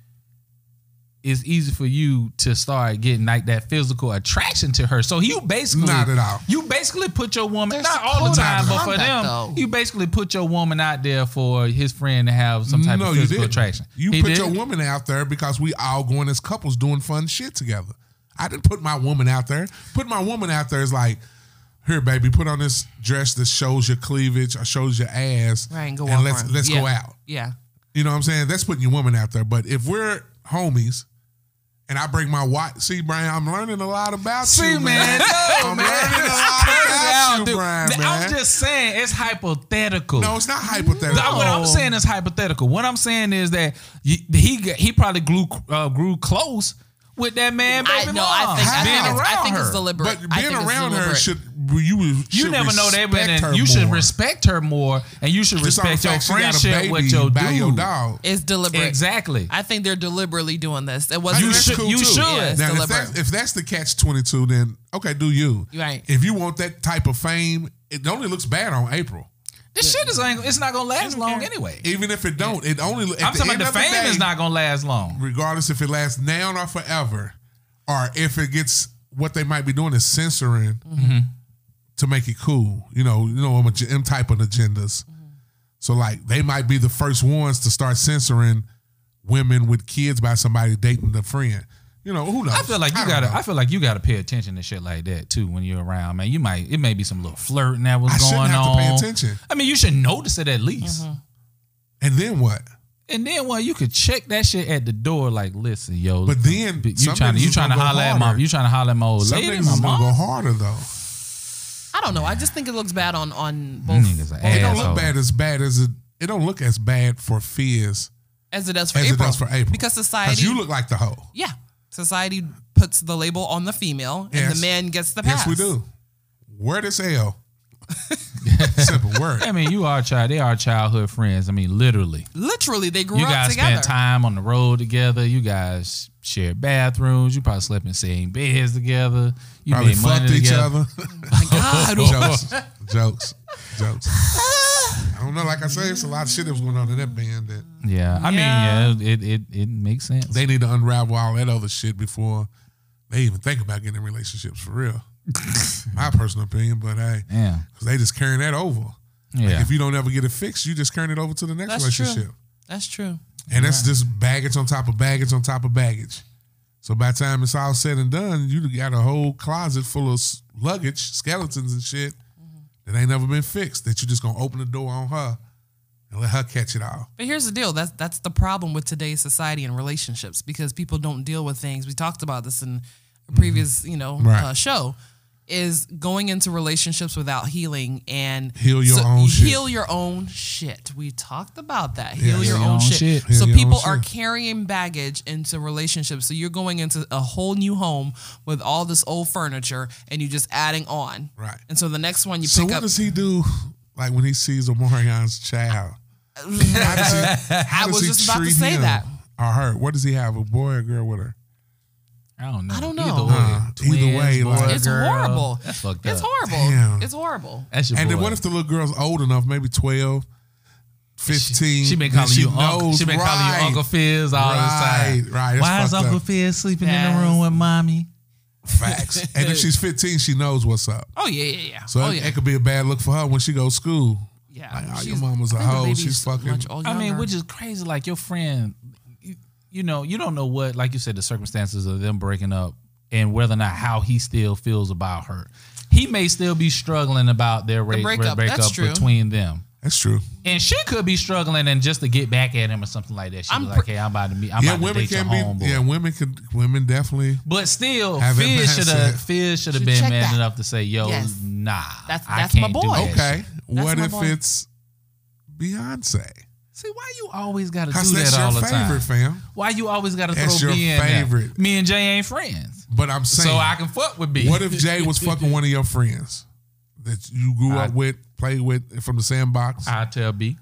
C: It's easy for you to start getting like that physical attraction to her. So you basically
B: Not at all.
C: You basically put your woman
A: There's
C: not all
A: code
C: the time,
A: of
C: but for
A: conduct,
C: them,
A: though.
C: you basically put your woman out there for his friend to have some type of physical
B: didn't.
C: attraction.
B: You
C: He
B: put
C: did?
B: your woman out there because we all going as couples doing fun shit together. I didn't put my woman out there. Put my woman out there is like, here, baby, put on this dress that shows your cleavage or shows your ass,
A: Right, and go
B: and
A: walk
B: let's
A: around.
B: let's go
A: Yeah.
B: out.
A: Yeah.
B: You know what I'm saying? That's putting your woman out there. But if we're homies. And I bring my watch. See, Brian, I'm learning a lot about
C: See,
B: you,
C: man.
B: I'm learning a lot about
C: Now,
B: you,
C: dude,
B: Brian, man.
C: I'm just saying it's hypothetical.
B: no, it's not hypothetical.
C: Now, What I'm saying is hypothetical. What I'm saying is that y- he got- he probably grew uh, grew close with that man.
A: I-
C: Baby
A: no, I
C: mom.
A: think- I
C: Being
A: think it's- I
C: around
A: think it's
C: her.
A: deliberate.
B: But
A: I
B: being
A: think it's
B: around her
A: deliberate.
B: should you
C: You
B: should
C: never know that,
B: respect
C: but
B: her
C: you should
B: more.
C: respect her more, and you should
B: Just on the
C: respect your
B: fact she got a
C: friendship
B: baby
C: with your
B: by
C: dude.
B: your dog.
A: It's deliberate.
C: Exactly.
A: I think they're deliberately doing this. It wasn't
C: You
B: That's
C: should-
B: cool
C: you
B: too.
C: should. Yeah,
A: it's
B: now, if,
A: deliberate.
B: that's, if that's the catch twenty two, then okay, do you?
A: Right.
B: If you want that type of fame, it only looks bad on April.
C: this shit is ain't, it's not gonna last long anyway.
B: Even if it don't, it only. At
C: I'm
B: the
C: talking
B: end
C: about
B: of
C: the fame
B: day,
C: is not gonna last long.
B: Regardless if it lasts now or forever, or if it gets what they might be doing is censoring
C: Mm-hmm.
B: to make it cool. You know, you know, I'm a M type of agendas.
C: Mm-hmm.
B: So like they might be the first ones to start censoring women with kids by somebody dating the friend. You You know who knows?
C: I feel like you
B: don't
C: gotta.
B: know.
C: I feel like you gotta pay attention to shit like that too when you're around, man. You might. It may be some little flirting that was
B: I shouldn't
C: going
B: have to
C: on.
B: pay attention. Mm-hmm.
C: I mean, you should notice it at least.
B: and then what?
C: And then, well, you could check that shit at the door. Like, listen, yo.
B: But then
C: you
B: some
C: trying to
B: niggas
C: you
B: is
C: trying to
B: gonna go
C: holler at my
B: harder.
C: you trying to holler at my old
B: Some
C: lady,
B: niggas
C: my
B: is gonna go
C: mom.
B: harder though.
A: I don't know. I just think it looks bad on on both
C: Niggas are
B: It don't
C: asshole.
B: Oh, look bad as bad as it. It don't look as bad for Fizz
A: as it does for
B: as
A: April.
B: it does for April
A: because
B: Because
A: society.
B: you look like the hoe.
A: yeah, society puts the label on the female, and
B: Yes.
A: the man gets the pass.
B: Yes, we do. Word is hell. Simple word.
C: I mean, you are child. They are childhood friends. I mean, literally.
A: Literally, they grew
C: You
A: up
C: guys
A: together.
C: spent time on the road together. You guys shared bathrooms. You probably slept in the same beds together. You
B: Probably
C: made money
B: fucked each
C: together.
B: other.
A: My God,
B: jokes, jokes, jokes. I don't know. Like I say, it's a lot of shit that was going on in that band that
C: Yeah, I
A: Yeah.
C: mean, yeah, it it, it makes sense.
B: they need to unravel all that other shit before they even think about getting in relationships for real. My personal opinion, but hey,
C: yeah,
B: because they just carrying that over. Like,
C: yeah.
B: if you don't ever get it fixed, you just carrying it over to the next
A: That's true.
B: relationship.
A: that's true.
B: And that's just baggage on top of baggage on top of baggage. So by the time it's all said and done, you got a whole closet full of s- luggage, skeletons and shit that ain't never been fixed. That you just gonna open the door on her and let her catch it all.
A: But here's the deal. That's that's the problem with today's society and relationships because people don't deal with things. We talked about this in a previous, you know,
B: Mm-hmm. Right.
A: uh, show. Is going into relationships without healing and
B: Heal your own shit.
A: Heal your own shit. We talked about that.
B: Yeah.
A: Heal your, own, shit.
B: Heal
A: so
B: your own
A: people are
B: shit.
A: carrying baggage into relationships. So you're going into a whole new home with all this old furniture and you're just adding on.
B: Right.
A: And so the next one you
B: So
A: pick
B: what
A: up.
B: does he do like when he sees Omarion's child? How does he, how
A: I
B: does
A: was
B: he
A: just about to
B: treat
A: say
B: him
A: that.
B: Or her. What does he have? A boy or girl with her?
C: I don't know.
A: I don't
C: Either
A: know.
C: way,
B: Uh, either
C: twins,
B: way,
C: boy,
B: like-
A: It's
C: girl.
A: horrible.
C: That's fucked
A: It's
C: up.
A: horrible.
B: Damn.
A: It's horrible.
C: That's your
B: And
C: boy.
B: then what if the little girl's old enough, maybe 12, 15?
C: she been
B: and
C: calling you uncle.
B: knows-
C: She been calling
B: right,
C: you Uncle Fizz all
B: Right,
C: the time.
B: right. That's
C: Why is
B: fucked
C: Uncle
B: up.
C: Fizz sleeping in
A: Yes.
C: the room with mommy?
B: Facts. and if she's 15, she knows what's up.
A: Oh yeah, yeah, yeah.
B: So
A: oh
B: it,
A: yeah,
B: it could be a bad look for her when she goes to school.
A: yeah.
B: Like, oh, your
A: She's-
B: mama's a
A: I think the
B: hoe.
A: baby's
B: She's fucking-
A: much all
C: I mean,
A: younger.
C: which is crazy. Like your friend, you, you know, you don't know what, like you said, the circumstances of them breaking up and whether or not how he still feels about her. He may still be struggling about their ra- ra- breakup,
A: breakup, that's true.
C: between them.
B: That's true.
C: And she could be struggling and just to get back at him or something like that. She
A: I'm
C: was like,
A: pre-
C: hey, I'm about to meet, I'm
B: yeah,
C: about to
B: women
C: date your
B: can be.
C: homeboy.
B: Yeah, women can. Women definitely.
C: But still,
B: Have it
C: Fizz should have
B: mindset.
C: Fizz should have
A: Should
C: been
A: check
C: man
A: that.
C: enough to say, "Yo,
A: Yes.
C: nah,
A: That's-
C: I
A: that's my
C: can't do
A: boy.
C: that
B: Okay.
C: shit.
B: What
A: my
B: if
A: boy.
B: it's Beyonce?
C: See, why you always got to
B: Because
C: do that
B: that's
C: all
B: your
C: the
B: favorite,
C: time?
B: fam.
C: Why you always got to
B: That's
C: throw
B: your
C: B in there?
B: favorite.
C: Me and Jay ain't friends,
B: But I'm saying,
C: so I can fuck with B.
B: what if Jay was fucking one of your friends that you grew
C: I-
B: up with, played with from the sandbox?
C: I tell B?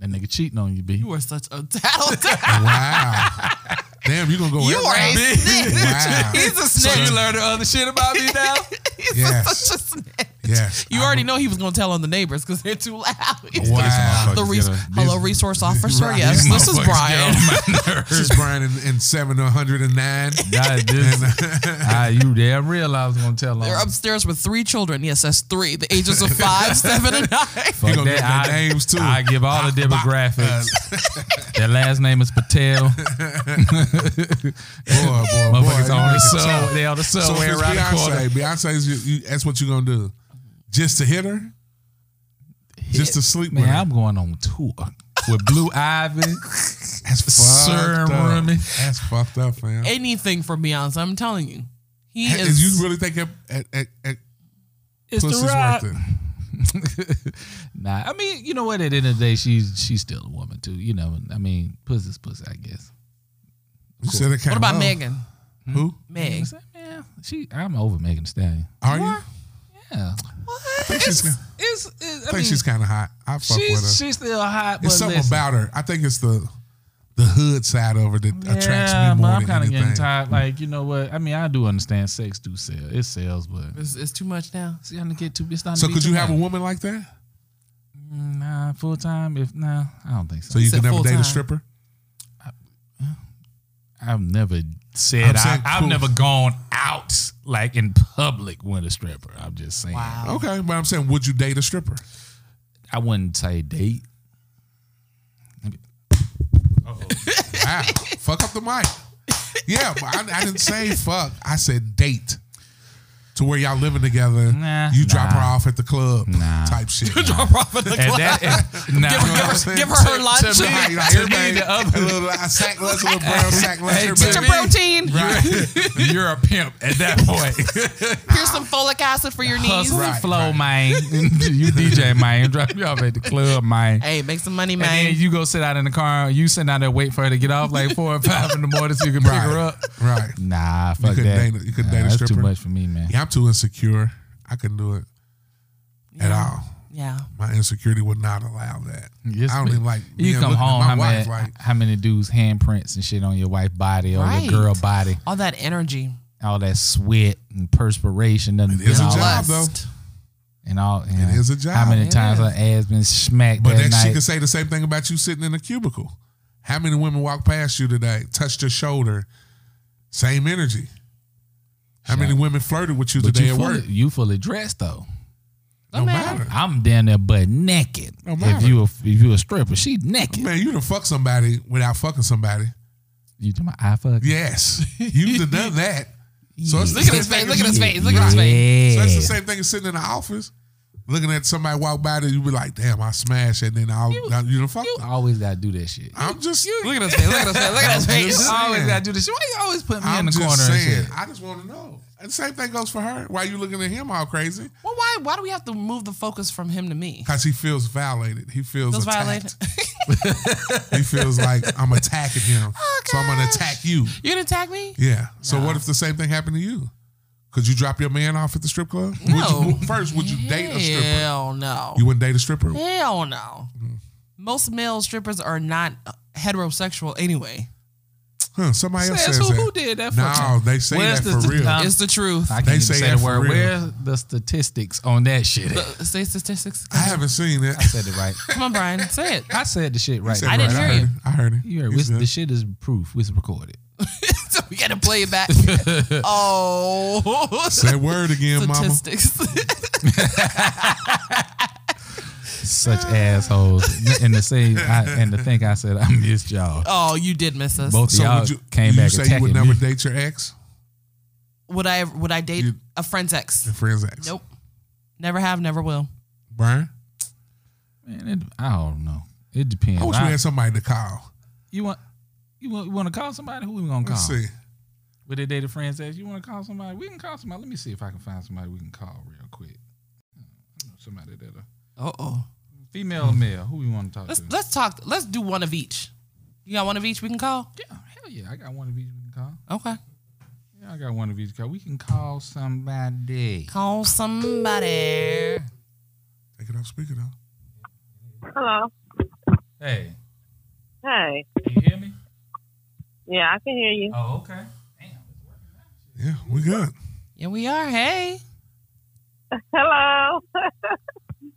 C: That nigga cheating on you, B.
A: you are such a talented.
B: wow. Damn, you gonna go
A: you
B: that
A: are a
B: route?
A: snitch. He's
B: Wow.
A: a
C: so
A: snitch.
C: you learned the other shit about me now.
A: He's
B: Yes.
A: such a snitch.
B: Yes.
A: You
B: I'm-
A: already know he was going to tell on the neighbors because they're too loud. He's
B: Wow.
A: like, The
C: Motherfuckers
A: res-
C: get a-
A: hello,
B: these-
A: resource officer.
B: Right.
A: Yes,
B: These
A: this is
B: motherfuckers
A: Brian.
B: This is Brian in, in 709.
C: God, this, I, you damn real I was gonna tell him.
A: They're upstairs with three children. Yes, that's three. The ages of five, seven, and nine.
C: Fuck
B: He gonna
C: that.
B: get the names, too.
C: I give all the demographics. Their last name is Patel.
B: Boy, boy, boy.
C: Motherfuckers on the
B: So
C: sub. They on the
B: if
C: subway
B: it's
C: around the corner.
B: Beyonce, Beyonce's, you, you, that's what you gonna do. Just to hit her? Just to sleep
C: Man,
B: with her?
C: I'm going on tour with Blue Ivy.
B: That's fucked
C: Sir
B: up.
C: Remy.
B: That's fucked up, fam.
A: Anything for Beyonce, I'm telling you. He
B: Hey,
A: is.
B: you really think at, at, at, at
C: It's
B: pussy's
C: the rock.
B: worth it?
C: Nah, I mean, you know what? At the end of the day, she's she's still a woman too. You know, I mean, pussy's pussy, I guess.
B: You said it
A: What
B: kinda
A: about
B: low.
A: Megan?
B: Who?
A: Meg.
C: Is that- Yeah, she. I'm over Megan Thee Stallion.
B: Are you?
C: Yeah,
B: I think she's, I
C: it's. it's I
B: think
C: mean,
B: she's
C: she's
B: kind of hot. I fuck with her.
C: she's, still hot. But
B: it's something
C: listen,
B: about her. I think it's the the hood side of her that attracts
C: yeah,
B: me more
C: but I'm
B: than
C: kind of
B: anything.
C: getting tired. Like, you know what? I mean, I do understand sex do sell. It sells, but
A: It's, it's too much now.
C: see, I'm gonna get too. It's not.
B: So
C: to be
B: could
C: too
B: you have a
C: much.
B: woman like that?
C: Nah, full time. If nah, I don't think so.
B: So you
A: said
B: could never date
A: full-time.
B: a stripper?
C: I've never said
B: I'm
C: I,
B: saying
C: I've
B: cool.
C: never gone out like in public with a stripper. I'm just saying.
B: Okay, but I'm saying, would you date a stripper?
C: I wouldn't say date.
B: Wow, fuck Ah, up the mic. yeah, but I, I didn't say fuck. I said date. To where y'all living together,
C: Nah.
B: you drop her
C: Nah.
B: off at the club
C: Nah.
B: type shit.
D: Drop off at the
C: And
D: club.
C: that, nah,
D: Give her-
B: You know what I'm saying?
D: give her her
B: To-
D: lunch.
B: To me, like,
C: To me,
B: everybody-
C: the other-
B: a little uh, sack lunch, a little brown sack lunch.
C: Hey, to
A: Get
B: everybody-
A: your
C: me-
A: protein.
C: you're a pimp at that point.
A: Here's some folic acid for your knees.
C: Hustle
B: Right,
C: and flow, man. you DJ, man. Drop me off at the club, man.
A: Hey, make some money,
C: And
A: man.
C: then you go sit out in the car. You sit out there, wait for her to get off like four or five in the morning so you can
B: Right.
C: pick her up.
B: Right.
C: Nah, fuck
B: couldn't
C: that.
B: date a- you couldn't
C: Nah,
B: date a
C: that's
B: stripper?
C: too much for me, man.
B: Yeah, I'm too insecure. I couldn't do it at all.
A: yeah.
B: My insecurity would not allow that.
C: Yes,
B: I don't
C: ma'am.
B: even like.
C: You
B: yeah,
C: come
B: looking at
C: home,
B: my
C: how
B: wife
C: many,
B: like
C: how many dudes handprints and shit on your wife body or
A: Right.
C: your girl body,
A: All that energy.
C: all that sweat and perspiration and,
B: is a
C: all,
B: job, though.
A: Lust.
C: and all. you know,
B: is a job.
C: How many
A: It
C: times
A: is.
C: her ass been smacked
B: But then
C: that
B: she
C: night?
B: could say the same thing about you sitting in a cubicle. How many women walk past you today, touched your shoulder, same energy? How many women flirted with you
C: but
B: today
C: you
B: at
C: fully,
B: work?
C: you fully dressed though.
B: No matter.
C: I'm down there butt naked.
B: No
C: if
B: matter.
C: you a, if you a stripper, she naked.
B: Man, you done fuck somebody without fucking somebody.
C: You talking about I fuck?
B: Yes, you've done done that. So it's the
A: Look at
B: same
A: his face.
B: thing
A: Look
B: as
A: at his
B: you-
A: face. Look at his face.
C: Yeah.
B: So it's the same thing as sitting in the office, looking at somebody walk by that you be like, "Damn, I smash," and then I'll you, you done fuck.
C: I always gotta do that shit.
B: I'm just
A: Look at his face. Look at his face. Look at his
B: I'm
A: face.
B: just
C: I always
B: saying.
C: gotta do this shit. Why you always put me
B: I'm
C: in the
B: just
C: corner
B: saying.
C: and shit?
B: I just want to know. And the same thing goes for her. Why you looking at him all crazy?
A: Well, why why do we have to move the focus from him to me?
B: Because he feels violated. He feels,
A: Feels
B: attacked.
A: violated.
B: he feels like I'm attacking him, so I'm gonna
A: gosh.
B: attack you.
A: You gonna attack me?
B: Yeah. So what if the same thing happened to you? Could you drop your man off at the strip club?
A: No.
B: Would you, first, would you date a stripper?
A: Hell no.
B: You Mm. wouldn't date a stripper.
A: Hell no. Most male strippers are not heterosexual anyway.
B: Huh, somebody else
C: Says
B: says
C: who,
B: that.
C: who did that?
B: No,
C: fucking-
B: they say
C: Where's
B: that
C: the-
B: for real.
C: nah. Um,
A: it's the truth.
C: I
B: They
C: can't
B: say
C: even say
B: that
C: the
B: for
C: word.
B: real.
C: Where's the statistics on that shit?
A: Uh, Say statistics.
B: I haven't seen it.
C: I said it right.
A: Come on, Brian. Say it.
C: I said the shit right.
B: Said
A: I didn't hear
B: right, I heard it. I heard it.
C: You heard,
B: You
C: it's-
B: said-
C: the shit is proof. It's recorded.
A: so we gotta play it back. oh.
B: Say word again, mama.
A: statistics.
C: Such assholes. and the same. I, and the thing I said, I missed y'all.
A: oh, you did miss us.
C: Both
B: So
C: y'all
B: would you,
C: came
B: you
C: back
B: say you
C: attacking
B: would never
C: me.
B: date your ex,
A: Would I would I date
B: You-
A: a friend's ex?
B: your friend's ex?
A: Nope. Never have, never will.
B: Brian,
C: Man, it, I don't know. It depends.
B: I wish we
C: I-
B: had somebody to call.
C: you want. You want, you want to call somebody? Who we gonna call?
B: Let's see.
C: With the date a friend says, you want to call somebody? We can call somebody. Let me see if I can find somebody we can call real quick. I know Somebody that a
A: Uh oh.
C: female or male? Who we want to talk
A: Let's
C: to?
A: let's talk. Let's do one of each. You got one of each we can call?
C: yeah, hell yeah, I got one of each we can call.
A: Okay.
C: Yeah, I got one of each. Call. We can call somebody.
A: Call somebody.
B: Take it off speaker though.
E: Hello.
C: Hey,
E: Hey.
C: can you hear me?
E: Yeah, I can hear you.
C: Oh, okay. Damn.
B: Yeah, we good.
A: Yeah, we are. Hey.
E: Hello.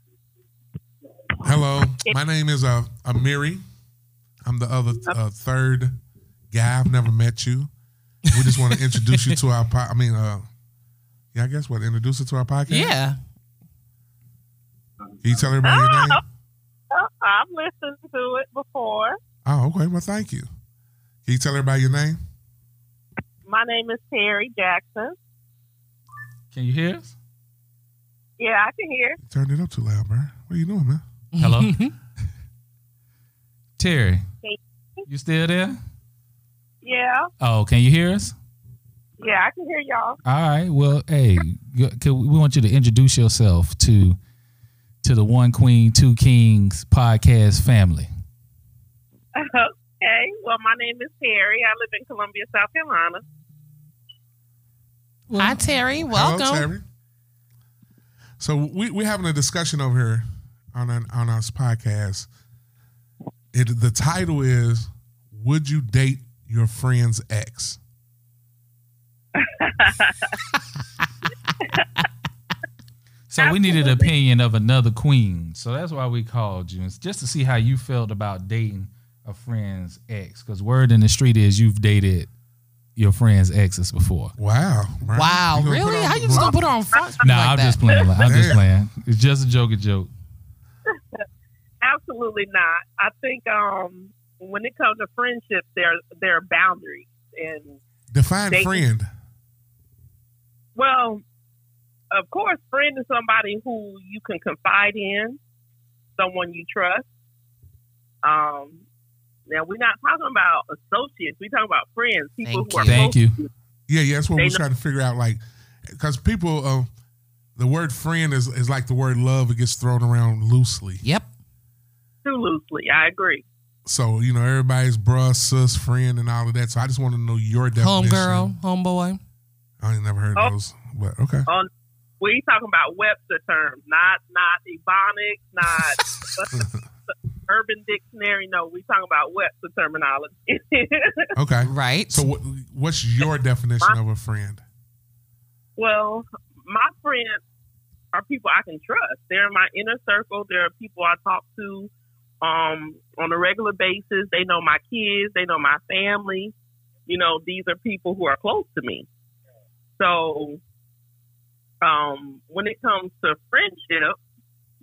B: Hello, my name is uh, Amiri. I'm the other uh, third guy. I've never met you. We just want to introduce you to our. Po- I mean, uh, yeah, I guess what introduce you to our podcast.
A: Yeah.
B: Can you tell everybody your name?
E: Oh, I've listened to it before.
B: Oh, okay. Well, thank you. Can you tell everybody your name?
E: My name is Terry Jackson.
C: Can you hear us?
E: Yeah, I can hear.
B: You turned it up too loud, bro. What are you doing, man?
C: Hello, Terry.
E: Hey.
C: You still there?
E: Yeah.
C: Oh, can you hear us?
E: Yeah, I can hear y'all.
C: All right. Well, hey, you- can we we want you to introduce yourself to to the One Queen, Two Kings podcast family.
E: okay. Well, my name is Terry. I live in Columbia, South Carolina.
A: Hi Terry. Welcome.
B: Hello, Terry. So we we're having a discussion over here on our, on our podcast. It the title is Would you date your friend's ex?
C: So we needed an opinion of another queen. So that's why we called you, It's just to see how you felt about dating a friend's ex. Because word in the street is you've dated your friend's exes before.
B: Wow. Brian.
A: Wow.
B: You gonna put
A: Really?
B: on-
A: How you just gonna put her on front?
C: Nah,
A: like
C: I'm
A: that?
C: just playing. I'm just
B: Damn.
C: playing. It's just a joke. A joke.
E: Absolutely not. I think um, when it comes to friendships, there there are boundaries, and
B: Define
E: They-
B: friend.
E: Well, of course, friend is somebody who you can confide in, someone you trust. Um, now we're not talking about associates; we're talking about friends, people
A: Thank
E: who are
A: you.
C: Thank you.
B: Yeah, yeah, that's what
E: They
B: we're
E: know-
B: trying to figure out. Like, because people, uh, the word friend is, is like the word love. It gets thrown around loosely.
A: Yep.
E: too loosely. I agree.
B: So you know, everybody's bruh, sis, friend, and all of that. So I just want to know your definition.
A: Homegirl, homeboy.
B: I ain't never heard
E: Oh.
B: those, but okay.
E: On we talking about Webster terms, not not ebonics, not Urban Dictionary. No, we talking about Webster terminology.
B: Okay.
A: Right.
B: So what, what's your definition of a friend?
E: Well, my friends are people I can trust. They're in my inner circle. There are people I talk to um, on a regular basis. They know my kids. They know my family. You know, these are people who are close to me. So, um, when it comes to friendship,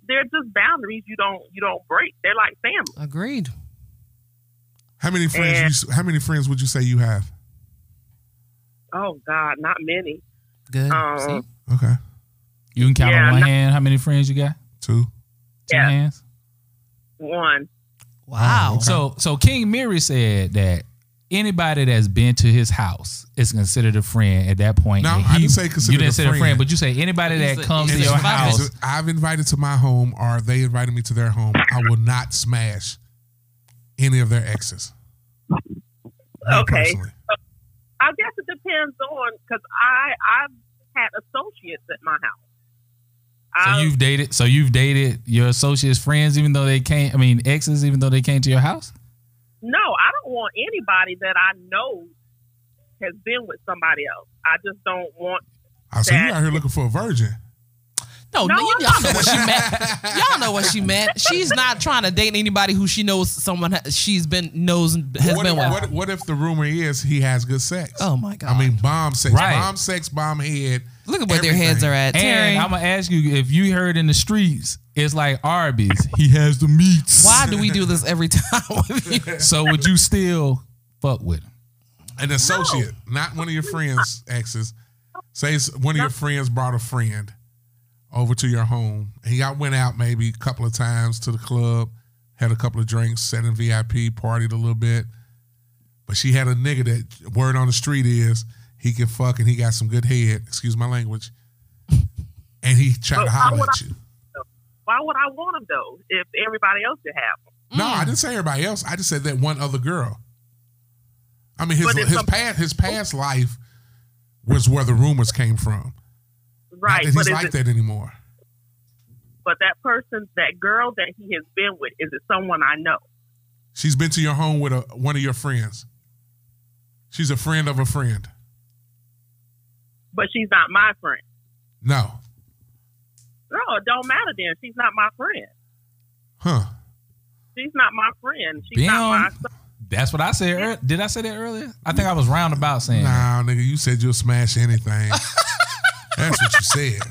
E: they're just boundaries you don't you don't break. They're like family.
A: Agreed.
B: How many friends? you,
E: And-
B: s- how many friends would you say you have?
E: Oh God, not many.
A: Good.
E: Um,
A: See?
B: Okay,
C: You can count on
E: Yeah,
C: one
E: not-
C: hand how many friends you got?
B: two.
C: Two
E: Yeah.
C: hands?
E: One.
A: Wow.
B: okay.
C: So so King Miri said that anybody that's been to his house is considered a friend at that point.
B: No,
C: And
B: I didn't say considered
C: You didn't
B: a
C: say a friend,
B: friend.
C: but you say anybody
A: He's
C: that
A: a-
C: comes to
A: he's
C: your
A: a
C: house.
A: friend.
B: I've invited to my home, or they invited me to their home. I will not smash any of their exes. Me
E: Okay.
B: personally.
E: I guess it depends on because I I've had associates at my house. Um,
C: So
E: I,
C: you've dated so you've dated your associates friends even though they came I mean exes even though they came to your house?
E: no, I don't want anybody that I know has been with somebody else. I just don't want.
B: Oh, so you
E: That-
B: out here looking for a virgin?
A: No,
E: No,
A: no you,
E: I'm
A: y'all know what she meant. Y'all know what she meant. She's not trying to date anybody who she knows someone ha- she's been knows and has
B: What
A: been
B: if,
A: with.
B: what, what if the rumor is he has good sex?
A: oh my god!
B: I mean, bomb sex,
C: Right.
B: bomb sex, bomb head.
A: look at where their heads
B: everything.
A: are at. Terry,
C: And I'm gonna ask you if you heard in the streets, it's like Arby's. He has the meats.
A: why do we do this every time? with you?
C: So would you still fuck with him?
B: An associate, not one of your friends' exes. Say it's one of your friends brought a friend over to your home, and y'all went out maybe a couple of times to the club, had a couple of drinks, sat in VIP, partied a little bit. But she had a nigga that word on the street is he can fuck and he got some good head. Excuse my language. And he tried
E: But
B: to
E: why
B: holler
E: would
B: at you.
E: Why would I want them though? If everybody else should have them,
B: No, I didn't say everybody else. I just said that one other girl. I mean, his
E: But it's
B: his
E: some-
B: past his past life was where the rumors came from.
E: right?
B: Not that
E: But
B: he's
E: is
B: like
E: it,
B: that anymore.
E: but that person, that girl that he has been with, is it someone I know?
B: She's been to your home with a, one of your friends. She's a friend of a friend.
E: But she's not my friend.
B: No,
E: No, it don't matter then. She's not my friend.
B: huh?
E: She's not my friend. She's
C: Damn.
E: not my.
C: That's what I said. ear- Did I say that earlier? I think I was roundabout saying that.
B: Nah, nigga, you said you'll smash anything. That's what you said.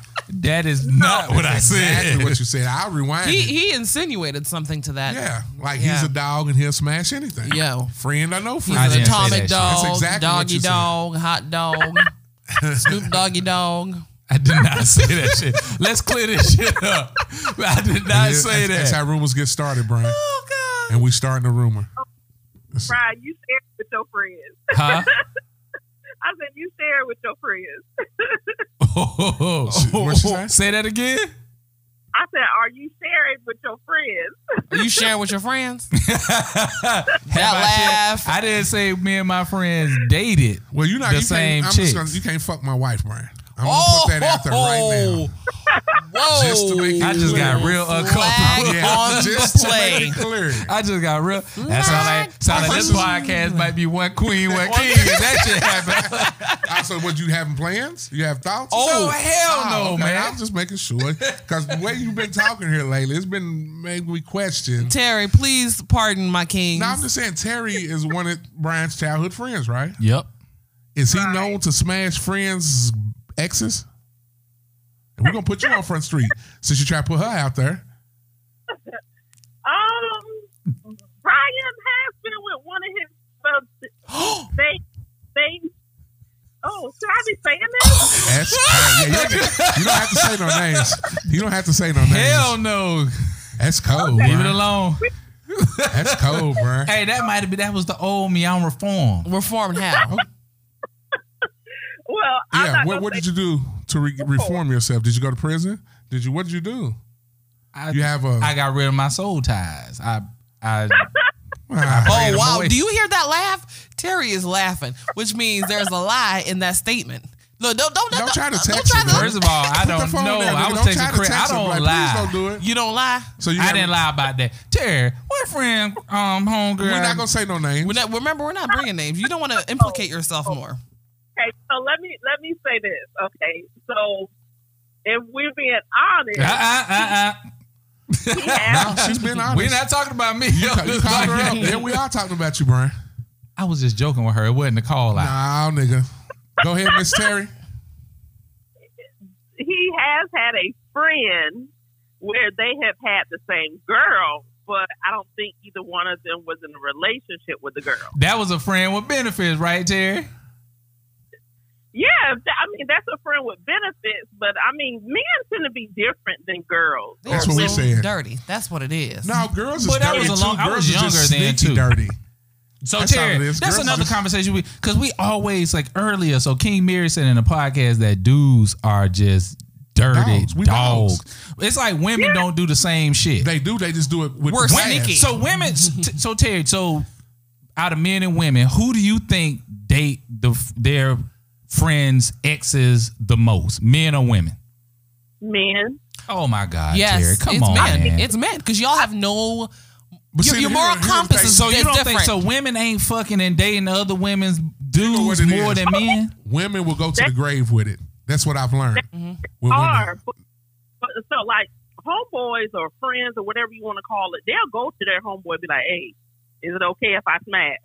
C: that is not what I
B: That's
C: said.
B: exactly what you said. I'll rewind.
A: he
B: it.
A: he insinuated something to that.
B: yeah, like
A: Yeah.
B: he's a dog and he'll smash anything.
A: Yo.
B: friend, I know
A: He's
B: friend.
C: I
A: an
C: didn't say
A: atomic
C: that shit.
A: dog,
B: That's exactly what
A: doggy
B: you said.
A: dog, hot dog, Snoop Doggy dog.
C: I did not say that shit. Let's clear this shit up. I did
B: Yeah,
C: not say
B: that's, That's
C: that.
B: how rumors get started, Brian.
A: Oh
B: and we starting a rumor.
E: Right? You share it with your friends.
C: Huh?
E: I said you share it with your friends.
B: What she say?
C: Say that again.
E: I said, are you sharing with your friends?
A: God! Are you sharing with your friends?
C: Have I said-
A: laugh.
C: I didn't say me and my friends dated.
B: Well, you're not
C: The
B: you
C: same
B: Can't, I'm just
C: chicks.
B: gonna, you can't fuck my wife, Brian. I'm gonna put that out there
C: Oh!
B: right now.
A: Whoa!
B: Just to make it
C: I just got
A: Ooh,
C: real
A: flag
C: uncomfortable.
A: on the
B: just to
A: play.
B: make it clear.
C: I just got real. That sound like sound like this podcast might be one queen, one king. and that shit happened.
B: Also, Uh, what you having plans? You have thoughts?
C: Oh, hell no,
B: okay.
C: man.
B: I'm just making sure because the way you've been talking here lately, it's been made me question.
A: Terry, please pardon my king.
B: Now I'm just saying Terry is one of Brian's childhood friends, right?
C: Yep.
B: Is he known to smash friends' exes? And we're gonna put you on front street since you try to put her out there.
E: Um, Brian has been with one of his. Uh, they oh, they
B: That's cold. Yeah, you, don't, you don't have to say no names. You don't have to say no names.
C: Hell no.
B: That's cold.
C: Leave it
B: bruh.
C: alone.
B: That's cold, bro.
C: Hey, that might have been that was the old me. I'm reformed.
A: Reform how?
E: Well, I'm
B: Yeah.
E: not
B: What,
E: gonna
B: what
E: say
B: did you do to re- reform yourself? Did you go to prison? Did you? What did you do?
C: I,
B: You have a.
C: I got rid of my soul ties. I I
B: Ah,
C: Trade
A: Oh
C: 'em
A: wow!
C: away.
A: Do you hear that laugh? Terry is laughing, which means there's a lie in that statement. Look, don't don't
B: Don't try to
A: don't
B: text
A: try
B: him,
A: to-
B: bro.
C: first of all, I
B: put the
C: don't
B: phone
C: know.
B: down,
C: I
B: nigga.
C: was
B: Don't try
C: texting
B: to
C: Chris. I
B: text him,
C: don't
B: like,
C: lie.
B: Please don't do it.
A: You don't lie.
B: So you
C: I
B: have-
C: didn't lie about that. Terry, what friend um homegirl?
B: We're not gonna say no names.
A: We're not, remember, we're not bringing names. You don't want to implicate yourself more.
E: Okay, so let me let me say this. Okay, so if we're being honest,
C: uh,
B: Uh-uh.
C: uh, uh, uh.
E: he has
B: Nah, she's been honest.
C: We're not talking about me.
B: You, ca- you called her out. Yeah, we are talking about you, Brian.
C: I was just joking with her. It wasn't a call out.
B: Nah, nigga. Go ahead, Miss Terry.
E: he has had a friend where they have had the same girl, but I don't think either one of them was in a relationship with the girl.
C: That was a friend with benefits, right, Terry?
E: Yeah, th- I mean that's a friend with benefits, but I mean men tend to be different than girls.
A: They
B: That's
A: are
B: what we
A: so
B: said.
A: Dirty. That's what it is.
B: No, girls is
C: But I
B: dirty
C: was a long-
B: too.
C: I
B: Girls
C: was
B: is just
C: younger then,
B: sneaky
C: too.
B: dirty.
C: So
B: That's
C: Terry,
B: how it is.
C: that's
B: Girls
C: another
B: just-
C: conversation we because we always like earlier. So King Mary said in the podcast that dudes are just dirty
B: Dogs.
C: dogs.
B: We dogs.
C: It's like women don't do the same shit.
B: They do. They just do it with
A: We're
B: the past.
A: sneaky.
C: so women, t- so Terry, so out of men and women, who do you think date the their friends exes the most, men or women?
E: Men,
C: Oh my God,
A: Yes,
C: Terry, come
A: it's
C: on,
A: men.
C: man.
A: It's men because y'all have no.
B: But
A: Your-
B: see,
A: your
B: here-
A: moral
B: here's the
A: compass
B: thing.
A: is
C: so you don't think
A: different.
C: so? Women ain't fucking and dating other women's
B: know what
C: dudes
B: it
C: more
B: is.
C: than men.
B: women will go to the grave with it. That's what I've learned. With
E: are.
B: women.
E: But, but, so like homeboys or friends or whatever you want to call it, they'll go to their homeboy and be like, "Hey, is it okay if I smash?"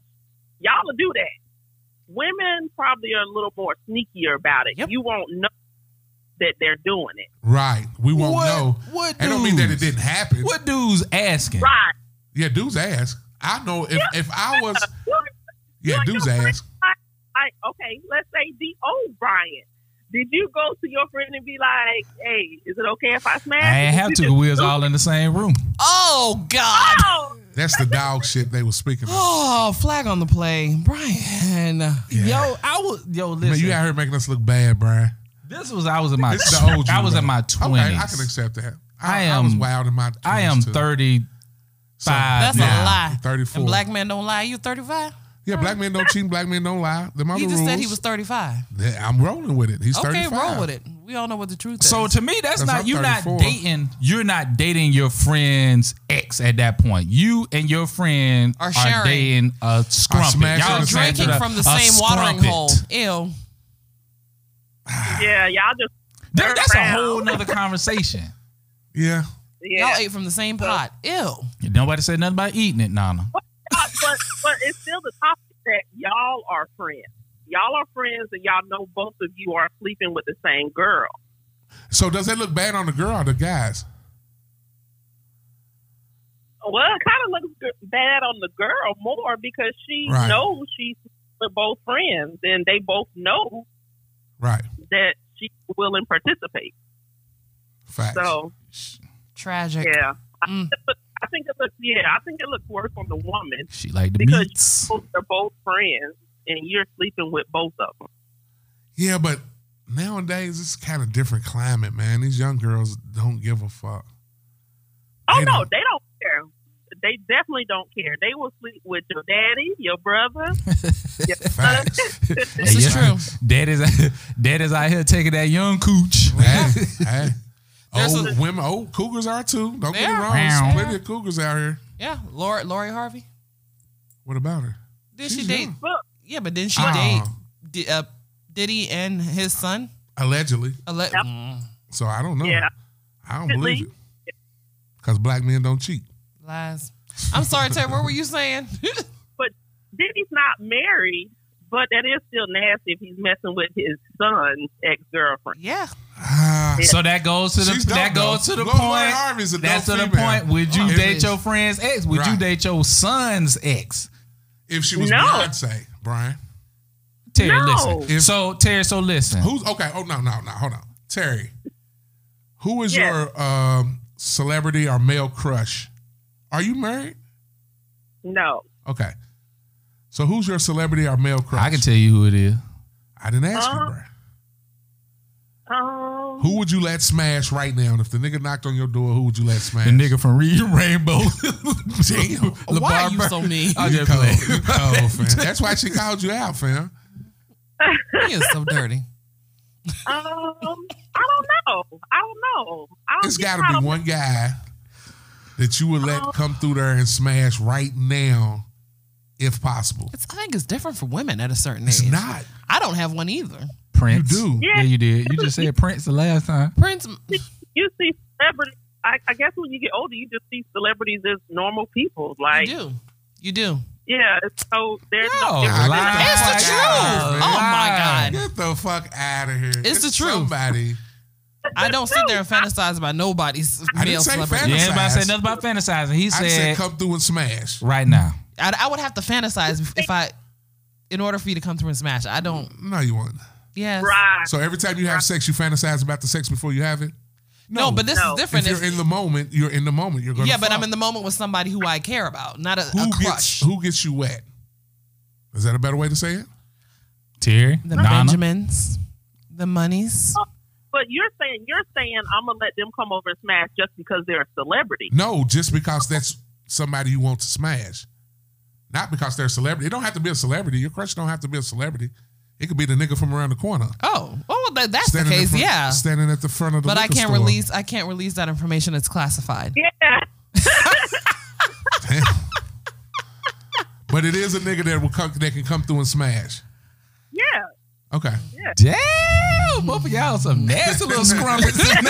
E: Y'all will do that. Women probably are a little more sneakier about it.
A: Yep.
E: You won't know that they're doing it,
B: Right. We won't
C: What-
B: know.
C: what
B: That don't mean that it
C: dudes?
B: didn't happen.
C: What dudes asking?
E: right?
B: Yeah, dudes ask. I know if, if I was
E: You're
B: Yeah,
E: like,
B: dudes
E: your friend-
B: ask.
E: Like, like, okay, let's say the old Brian. Did you go to your friend and be like, "Hey, is it okay if I smash?"
C: I ain't have to. We was all in the same room.
A: Oh God!
E: Oh,
B: That's the dog shit they were speaking of.
A: Oh, flag on the play, Brian.
C: Yo, I was. Yo, listen.
B: Man, you out here making us look bad, Brian.
C: this was. I was in my.
B: This is the old you,
C: I was in
B: bro.
C: my
B: Okay,
C: twenties.
B: I can accept that.
C: I
B: I, I,
C: am-
B: was wild in my 20s
C: I am
B: too.
C: thirty-five
B: So-
A: That's
C: now.
A: a lie.
B: 34.
A: And black men don't lie. You 35.
B: Yeah, black men don't cheat. Black men don't lie. The mother
A: He just
B: rules.
A: said he was 35.
B: Yeah, I'm rolling with it. He's
A: Okay,
B: 35.
A: roll with it. We all know what the truth is.
C: So to me, that's,
B: That's
C: not
B: I'm
C: you're not
B: 34.
C: dating. You're not dating your friend's ex at that point. You and your friend
A: Are
C: are,
A: sharing.
C: dating a
B: smashing
C: scrumpet.
B: the
A: You're
C: Y'all
B: same
C: smashing
A: drinking
C: a-
A: from the
C: a
A: same watering
C: scrumpet.
A: hole. Ew.
E: yeah, y'all just
C: There- that's a
E: Around.
C: whole nother conversation.
B: Yeah.
E: yeah.
A: Y'all ate from the same pot. Ew.
C: Nobody said nothing about eating it, Nana.
E: Uh, but but it's still the topic that y'all are friends. Y'all are friends, and y'all know both of you are sleeping with the same girl.
B: So does that look bad on the girl or the guys?
E: Well, it kind of looks good- bad on the girl more because she
B: Right.
E: knows she's with both friends, and they both know
B: Right.
E: that she will and participate.
B: Facts.
E: So
A: Tragic.
E: yeah,
A: Mm.
E: I think it looks yeah, I think it looks worse on the woman
C: She like the
E: Because-
C: meats.
E: because they're both friends and you're sleeping with both of them.
B: Yeah, but nowadays it's kind of different climate, man. These young girls don't give a fuck.
E: Oh
B: They
E: no,
B: don't-
E: they don't care. They definitely don't care. They will sleep with your daddy, your brother. uh, your son.
B: Facts.
A: This
C: Hey,
A: is
C: yeah.
A: true.
C: Daddy's daddy's out here taking that young cooch.
B: hey, hey.
A: There's
B: Old
A: a-
B: women, old cougars are too. Don't get
A: They
B: me
A: are.
B: wrong. There's
C: Meow.
B: plenty of cougars out here.
A: Yeah. Lori, Lori Harvey.
B: What about her?
A: Did
B: She's
A: she date?
B: young.
E: Look,
A: Yeah, but didn't she
B: Uh-uh.
A: date Di- uh, Diddy and his son?
B: Allegedly.
A: Ale-
E: Yep.
A: Mm.
B: So I don't know.
E: Yeah.
B: I don't
E: At
B: believe it. Because black men don't cheat.
A: Lies. I'm sorry, Terry. What were you saying?
E: Diddy's not married, but that is still nasty if he's messing with his son's ex girlfriend.
A: yeah.
B: Ah,
C: So that goes to the
B: She's dope,
C: that
B: though.
C: goes to the
B: Lil' Lori Harvey's a
C: point. That's to
B: dope
C: the
B: female.
C: point. Would you
A: Harvey
C: date
A: is-
C: your friend's ex? Would you
B: Right.
C: date your son's ex?
B: if she was
E: No.
B: Beyonce, Brian.
C: Terry,
E: No.
C: listen.
B: If-
C: So Terry, so listen.
B: Who's okay? Oh no, no, no. Hold on, Terry. Who is
E: Yes.
B: your um, celebrity or male crush? Are you married?
E: No.
B: Okay. So who's your celebrity or male crush?
C: I can tell you who it is.
B: I didn't ask you,
E: Uh-huh.
B: bro.
E: Um,
B: Who would you let smash right now? And if the nigga knocked on your door, who would you let smash?
C: The nigga from Read Rainbow.
B: Damn.
A: Why are you
C: Barber.
A: so mean?
C: I
B: You
C: just
B: cold.
C: played.
B: You cold, fam. That's why she called you out, fam.
A: he is so dirty.
E: um, I don't know. I don't know. I don't
B: It's
E: get
B: got
E: caught
B: to
E: up-
B: be Oh. one guy that you would let come through there and smash right now, if possible.
A: It's, I think it's different for women at a certain
B: It's
A: age.
B: not.
A: I don't have one either.
C: Prince.
B: You do.
C: Yeah, you did. You just said Prince the last time.
A: Prince,
E: You see celebrities. I, I guess when you get older, you just see celebrities as normal people. Like,
A: you do. You do.
E: yeah. So there's
C: No,
E: no difference.
C: lie.
E: It's
A: It's the
B: fuck
A: truth.
B: out, man.
A: Oh my God.
B: Get the fuck out of here.
A: It's the truth.
B: Somebody.
A: I don't sit there and fantasize about nobody's
B: I didn't
A: male
B: say
A: celebrity.
B: fantasy.
C: Yeah, anybody say
B: Fantasize.
C: nothing about fantasizing. He
B: I said
C: said
B: come through and smash.
C: right now.
A: I, I would have to fantasize if I, in order for you to come through and smash. I don't.
B: No, you won't.
A: Yes.
E: right.
B: So every time you have sex, you fantasize about the sex before you have it.
A: No, but this
E: No.
A: is
B: If
A: different.
B: you're
A: It's-
B: in the moment, you're in the moment. You're gonna.
A: yeah, but
B: fuck.
A: I'm in the moment with somebody who I care about, not a, a
B: Who
A: crush.
B: gets who gets you wet? Is that a better way to say it?
C: Terry,
A: the
C: Nana.
A: Benjamins, the Monies.
E: But you're saying you're saying I'm gonna let them come over and smash just because they're a celebrity.
B: No, just because that's somebody you want to smash, not because they're a celebrity. It don't have to be a celebrity. Your crush don't have to be a celebrity. It could be the nigga from around the corner.
A: Oh, oh, that, that's the
B: standing in
A: case.
B: front-
A: yeah.
B: standing at the front of the.
A: But I
B: liquor
A: can't
B: store.
A: release. I can't release that information. It's classified.
E: Yeah.
B: Damn. but it is a nigga that will come that can come through and smash.
E: Yeah.
B: Okay.
C: Damn, both of y'all some nasty little scrumpers tonight.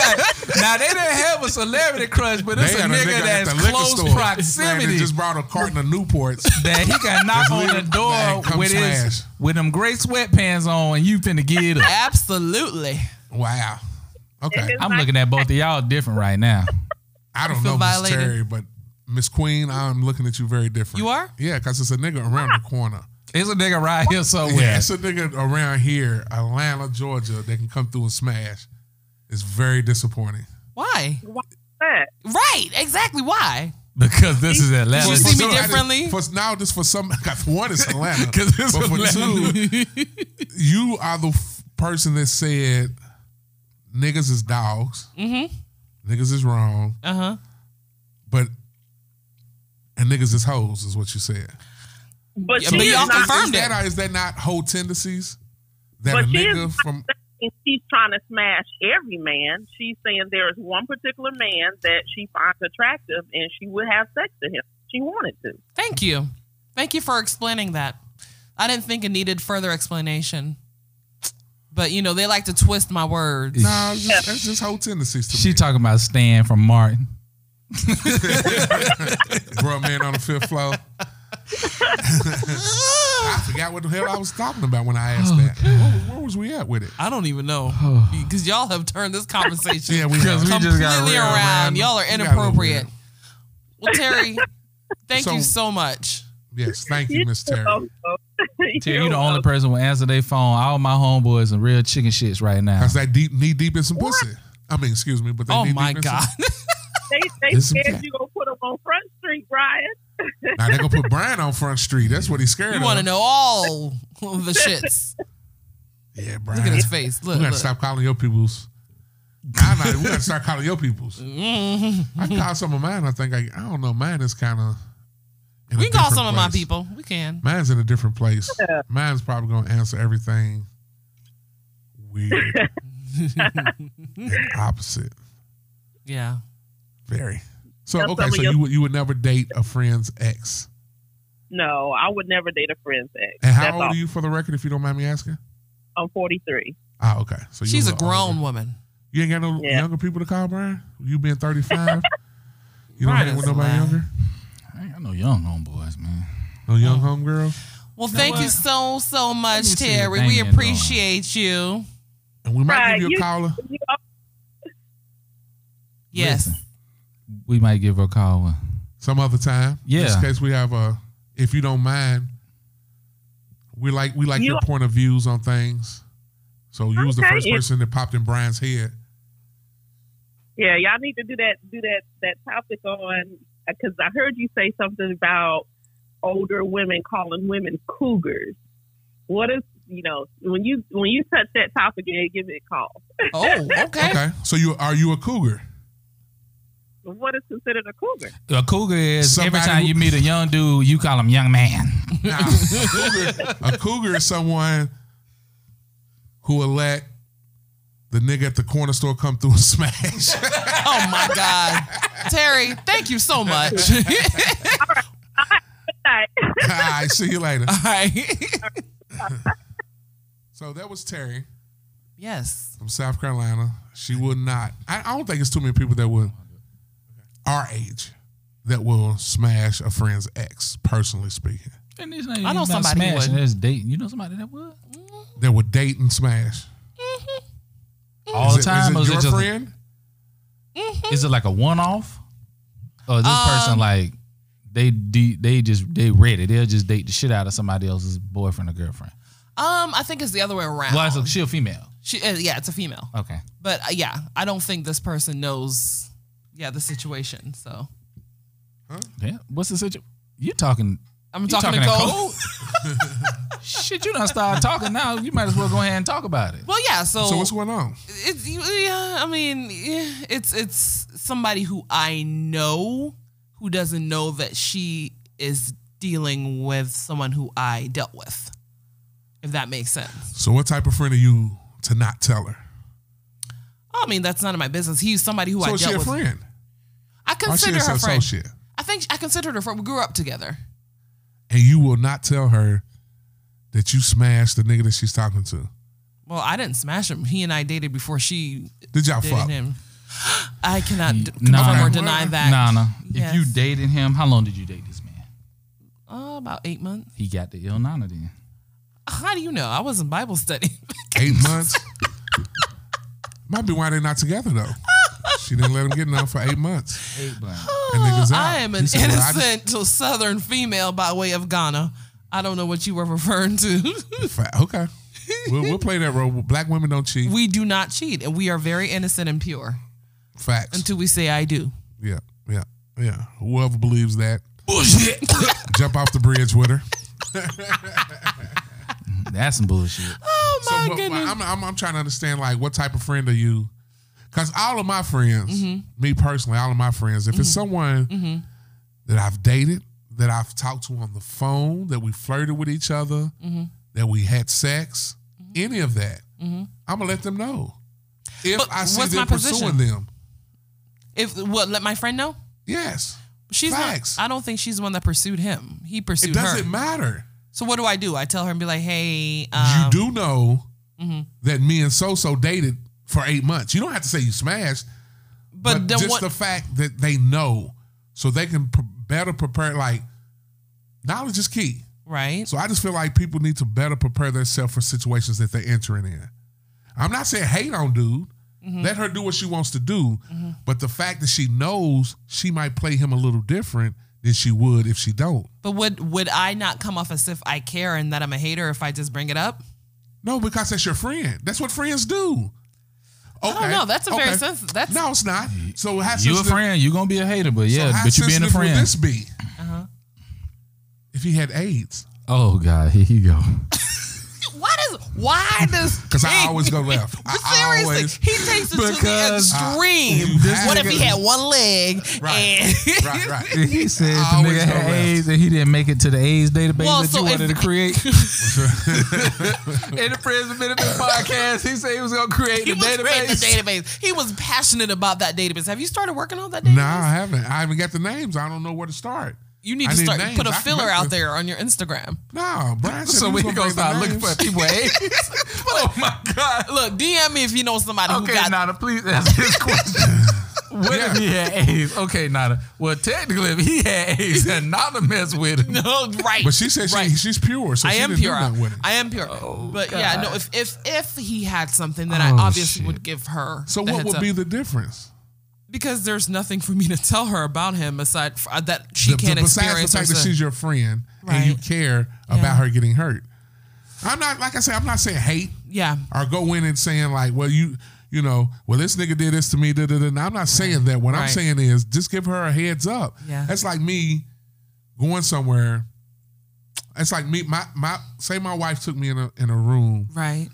C: now they didn't have a celebrity crush, but it's
B: They
C: a
B: had
C: nigga,
B: at
C: that's
B: the liquor
C: close
B: store, Man,
C: proximity
B: that just brought a carton of Newports.
C: that he can knock on the
B: literally- Man,
C: door
B: come
C: with his
B: smash.
C: with them great sweatpants on, and you finna get up.
A: Absolutely.
B: Wow. Okay.
E: It is-
C: I'm looking at both of y'all different right now.
B: I don't
A: feel
B: know, Miss
A: violated.
B: Terry, but Miss Queen, I'm looking at you very different.
A: You are?
B: Yeah, because it's a nigga around the corner.
C: There's a nigga right here somewhere.
B: Yeah, it's a nigga around here, Atlanta, Georgia, that can come through and smash. It's very disappointing.
A: Why?
E: But
A: Right. Exactly. Why?
C: Because this is Atlanta.
A: You
B: For
A: see me
B: somebody-
A: differently?
B: For now, this for some. For one, it's Atlanta.
C: 'Cause it's
B: but for
C: Atlanta.
B: two, you are the f- person that said niggas is dogs,
A: Mm-hmm.
B: niggas is wrong,
A: Uh huh.
B: but and niggas is hoes is what you said.
E: but
A: Yeah,
E: she
A: but
E: is
A: y'all
E: not
A: confirm-
B: is
A: confirmed
B: that, Is that not whole tendencies? That
E: But
B: a
E: she
B: nigga
E: is-
B: from
E: saying she's trying to smash every man. She's saying there is one particular man that she finds attractive and she would have sex with him. if She wanted to.
A: Thank you. Thank you for explaining that. I didn't think it needed further explanation. But you know, they like to twist my words.
B: no, nah, it's just, that's just whole tendencies to
C: She
B: me.
C: talking about Stan from Martin.
B: Bruh man on the fifth floor. I forgot what the hell I was talking about when I asked that.
A: Oh,
B: Where, where was we at with it?
A: I don't even know. Because y'all have turned this conversation
B: Yeah, we have.
C: we
A: completely
C: just got real
A: around.
C: random.
A: Y'all are
B: got a little
A: inappropriate. Well, Terry, thank
B: So-
A: you so much.
B: Yes, thank you, Miss Terry.
C: Terry, you the only person who answer their phone. All my homeboys and real chicken shits right now.
B: That's that deep knee deep in some pussy. I mean, excuse me, but they
A: Oh
B: knee
A: my
B: deep in
A: God.
E: They, they
B: This is
E: said
B: okay.
E: you gonna put him on Front Street, Brian.
B: Some, now they gonna put Brian on Front Street. That's what he's scared
A: You
B: of.
A: want to know all the shits.
B: Yeah, Brian.
A: Look at his face. Look.
B: we gotta
A: look.
B: stop calling your peoples. I'm not, we gotta start calling your peoples. I can call some of mine. I think I, I don't know. Mine is kind of.
A: We can call some of my people. We can.
B: Mine's in a different place.
E: Yeah.
B: Mine's probably gonna answer everything weird, and opposite,
A: Yeah.
B: very. So
E: That's
B: okay,
E: some of
B: so
E: your-
B: you would you would never date a friend's ex.
E: No, I would never date a friend's ex.
B: And how
E: That's
B: old
E: all.
B: are you for the record, if you don't mind me asking?
E: I'm 43.
B: Ah, okay. So you
A: She's a
B: little
A: grown
B: older.
A: woman.
B: You ain't got no
E: Yeah.
B: younger people to call, Brian. You being thirty five. You don't
A: Brian
B: hang with
A: is
B: nobody
A: lying.
B: younger.
C: I ain't got no young homeboys, man.
B: No young
E: Mm.
B: homegirl.
A: Well, thank you
C: what?
A: so, so
C: me
A: much,
C: see the
A: Terry.
C: thing
A: We
C: in, though.
A: appreciate you.
B: And we might
E: Right,
B: give you a
E: you-
B: caller.
E: You
A: Yes.
C: Listen. We might give her a call. when-
B: some other time.
C: Yeah.
B: Just in case we have a, if you don't mind, We like we like
E: You-
B: your point of views on things. So you was the
E: Okay,
B: first
E: yeah.
B: person that popped in Brian's head.
E: Yeah, y'all need to do that. Do that. That topic on because I heard you say something about older women calling women cougars. What is you know when you when you touch that topic and give it a call?
A: Oh, okay.
B: Okay. So you are you a cougar?
E: What is considered a cougar?
C: A cougar is every
B: Somebody
C: time
B: who-
C: you meet a young dude, you call him young man.
B: Nah, a, cougar, a cougar is someone who will let the nigga at the corner store come through and smash.
A: Oh my God. Terry, thank you so much.
B: All right, see you later.
A: All right.
B: So that was Terry
A: Yes.
B: from South Carolina. She would not. I, I don't think it's too many people that would, our age, that will smash a friend's ex. Personally speaking,
C: And it's not even
A: I know
C: about
A: somebody who
C: smashing,
A: would.
C: It's dating. You know somebody that would
B: that would date and smash
C: all
B: Is
C: the
B: it-
C: time. or
B: Is it your
C: just
B: friend?
C: is it like a one off, or is this person
A: Um,
C: like they de- they just they ready? They'll just date the shit out of somebody else's boyfriend or girlfriend.
A: Um, I think it's the other way around.
C: Well, so she a female.
A: She, uh, yeah, it's a female.
C: Okay.
A: But uh, yeah, I don't think this person knows, yeah, the situation. So
C: Yeah. What's the situation? You're talking.
A: I'm
C: You
A: talking,
C: talking
A: to
C: in
A: Cole.
C: code? Shit, you don't start talking now. You might as well go ahead and talk about it.
A: Well, yeah. So,
B: So what's going on?
A: it's yeah, I mean, yeah, it's it's somebody who I know who doesn't know that she is dealing with someone who I dealt with. If that makes sense.
B: So what type of friend are you to not tell her?
A: I mean, that's none of my business. He's somebody who I
B: So
A: dealt
B: is she a
A: with.
B: friend?
A: I
B: Or she
A: consider
B: is
A: her
B: an
A: a friend.
B: associate?
A: I think sh- I considered her friend. We grew up together.
B: And you will not tell her that you smashed the nigga that she's talking to.
A: Well, I didn't smash him. He and I dated before she
B: Did y'all
A: dated
B: fuck?
A: him. I cannot d- confirm
C: Nah.
A: or deny that.
C: Nah, nah. If you
A: Yes.
C: dated him, how long did you date this man?
A: Oh, about eight months.
C: He got the ill nana then.
A: How do you know? I was in Bible study.
B: Eight months? Might be why they're not together though. She didn't let him get none for eight months.
C: Eight blank.
B: That nigga's out.
A: I am an
B: He said, "Well, I just-
A: innocent to southern female by way of Ghana. I don't know what you were referring to.
B: Fa- Okay. We'll, we'll play that role. Black women don't cheat.
A: we do not cheat, and we are very innocent and pure
B: Facts.
A: until we say I do.
B: yeah, yeah, yeah. Whoever believes that,
A: Bullshit.
B: jump off the bridge with her.
C: That's some bullshit.
A: oh
B: So,
A: my
B: but- but
A: goodness.
B: I'm, I'm, I'm trying to understand like what type of friend are you? Because all of my friends,
A: Mm-hmm.
B: me personally, all of my friends, if it's someone that I've dated, that I've talked to on the phone, that we flirted with each other,
A: Mm-hmm.
B: that we had sex, any of that, I'm gonna let them know. If
A: But
B: I see
A: what's
B: them
A: my position?
B: pursuing them,
A: if what let my friend know?
B: yes,
A: She's
B: Facts.
A: not I don't think she's the one that pursued him. He
B: it
A: pursued her.
B: doesn't matter.
A: So what do I do? I tell her and be like, hey, um, mm-hmm.
B: you do know that me and so so dated for eight months. You don't have to say you smashed.
A: but,
B: but
A: then
B: just
A: what
B: the fact that they know, so they can pre- better prepare. Like knowledge is key.
A: right?
B: So I just feel like people need to better prepare themselves for situations that they're entering in. I'm not saying hate on dude.
A: Mm-hmm.
B: Let her do what she wants to do. But the fact that she knows she might play him a little different than she would if she don't.
A: But would would I not come off as if I care and that I'm a hater if I just bring it up?
B: No, because that's your friend. That's what friends do. Okay.
A: don't know. That's a very sensi- that's-
B: no, it's not. So how
C: You a
B: sensitive-
C: friend, you gonna be a hater, but
B: so
C: yeah,
B: how
C: but you being a
B: sensitive would
C: friend.
B: This be if he had AIDS.
C: Oh God, here you go.
A: Why does why does
B: Because I always go left. I-
A: But
B: I
A: seriously,
B: always-
A: he takes it to the
C: Because,
B: uh,
A: extreme.
B: this
A: what if
B: nigga-
A: he had one leg
B: Right,
A: and
B: right, right.
C: He
B: I
C: said the
B: always
C: nigga
B: go
C: had
B: left.
C: AIDS and he didn't make it to the AIDS database
A: Well,
C: that
A: so
C: you wanted
A: if-
C: to create. In the prison benefit podcast, he said he was gonna create
A: he
C: the
A: was creating the
C: database.
A: database? He was passionate about that database. Have you started working on that database?
B: Nah, I haven't. I haven't got the names. I don't know where to start.
A: You need
B: I
A: to
B: need
A: start
B: names.
A: put a
B: I can
A: filler
B: make
A: out
B: the-
A: there on your Instagram.
B: No, Brian said
C: So
B: he
C: we
B: was
C: gonna start looking for people with AIDS. oh my God.
A: Look, DM me if you know somebody who
C: Okay,
A: got
C: Nada, please answer this question. What if he had AIDS? Okay, Nada. Well, technically, if he had AIDS, then Nada messed with him.
A: no right.
B: But she said she,
A: Right.
B: she's pure, so
A: I
B: she
A: am
B: didn't
A: pure.
B: do nothing with it.
A: I am pure. but yeah, no. If if if he had something, then I
C: Oh,
A: obviously
C: shit.
A: would give her.
B: so
A: the
B: what
A: heads
B: would
A: up.
B: be the difference?
A: because there's nothing for me to tell her about him aside for, uh, that she
B: The- the-
A: can't
B: besides
A: experience
B: the fact that
A: herself.
B: she's your friend and you
A: Right.
B: care
A: Yeah.
B: about her getting hurt. I'm not like I said. I'm not saying hate
A: Yeah.
B: or go in and saying like, well, you you know, well, this nigga did this to me. Da, da, da. Now, I'm not saying that. What I'm
A: Right.
B: saying is just give her a heads up.
A: Yeah.
B: That's like me going somewhere. It's like me. My my say my wife took me in a in a room
A: Right.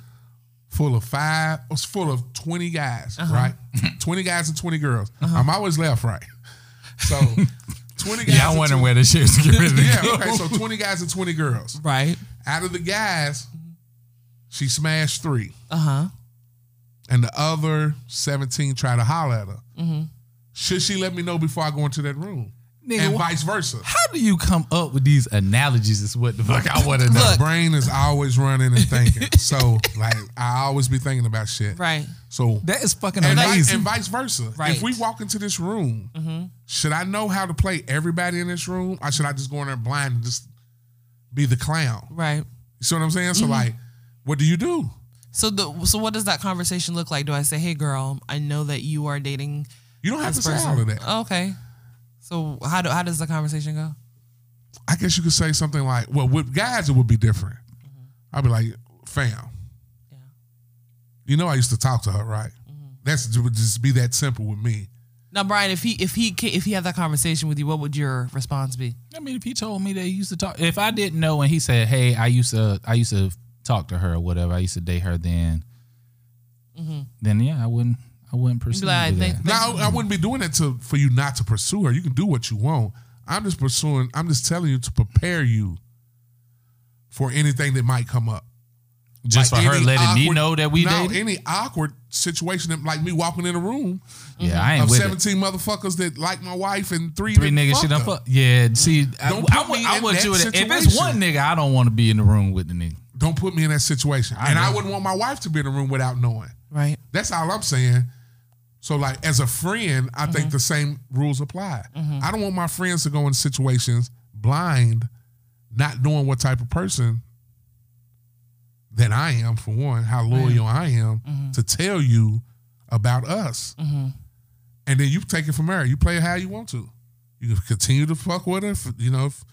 B: full of five. It's full of twenty guys.
A: Uh-huh.
B: Right. twenty guys and twenty girls. I'm always left right. So twenty guys.
C: Yeah, I
B: and
C: wonder where this shit's getting ready to
B: yeah,
C: go.
B: okay. So 20 guys and 20 girls.
A: Right.
B: Out of the guys, she smashed three,
A: Uh huh.
B: and the other 17 tried to holler at her. Should she let me know before I go into that room?
C: Nigga,
B: and
C: why-
B: vice versa.
C: how do you come up with these analogies? Is what the fuck I want to know.
B: The brain is always running and thinking. so, like, I always be thinking about shit.
A: Right.
B: So,
C: that is fucking
B: and, vi-
C: amazing.
B: and vice versa.
A: Right.
B: If we walk into this room, should I know how to play everybody in this room, or should I just go in there blind and just be the clown?
A: Right.
B: You see what I'm
A: Mm-hmm.
B: saying? So, like, what do you do?
A: So the so what does that conversation look like? Do I say, "Hey, girl, I know that you are dating
B: You don't have to
A: this
B: say
A: person"? Oh,
B: all of that.
A: Okay. So how do how does the conversation go?
B: I guess you could say something like, well, with guys, it would be different. I'd be like, fam,
A: Mm-hmm. Yeah. Mm-hmm.
B: you know, I used to talk to her, right? That's it would just be that simple with me.
A: Now, Brian, if he if he ca- if he had that conversation with you, what would your response be?
C: I mean, if he told me that he used to talk, if I didn't know, and he said, "Hey, I used to, I used to talk to her or whatever, I used to date her," then,
B: Mm-hmm.
C: then yeah, I wouldn't, I wouldn't pursue
A: like,
C: that.
A: "Thank-
B: Now, I wouldn't be doing that to for you not to pursue her. You can do what you want. I'm just pursuing. I'm just telling you to prepare you for anything that might come up.
C: Just
B: Like
C: for her
B: any
C: letting me
B: awkward-
C: know that we
B: no,
C: dated.
B: any awkward situation that, like me walking in a room
C: yeah, I ain't
B: of
C: with it.
B: 17 motherfuckers that like my wife and three
C: Three
B: that
C: niggas
B: fucked
C: shit done
B: her.
C: fuck. Yeah, see, I,
B: Don't put
C: I, would,
B: me
C: I
B: in
C: would
B: that
C: do it. If it's
B: situation.
C: one nigga, I don't want to be in the room with the nigga.
B: Don't put me in that situation. and I wouldn't want my wife to be in the room without knowing.
A: Right.
B: That's all I'm saying. So, like, as a friend, I
C: Mm-hmm.
B: think the same rules apply. I don't want my friends to go in situations blind, not knowing what type of person that I am, for one, how loyal I am
C: Mm-hmm.
B: to tell you about us. And then you take it from there. You play it how you want to. You can continue to fuck with her, if, you know, if,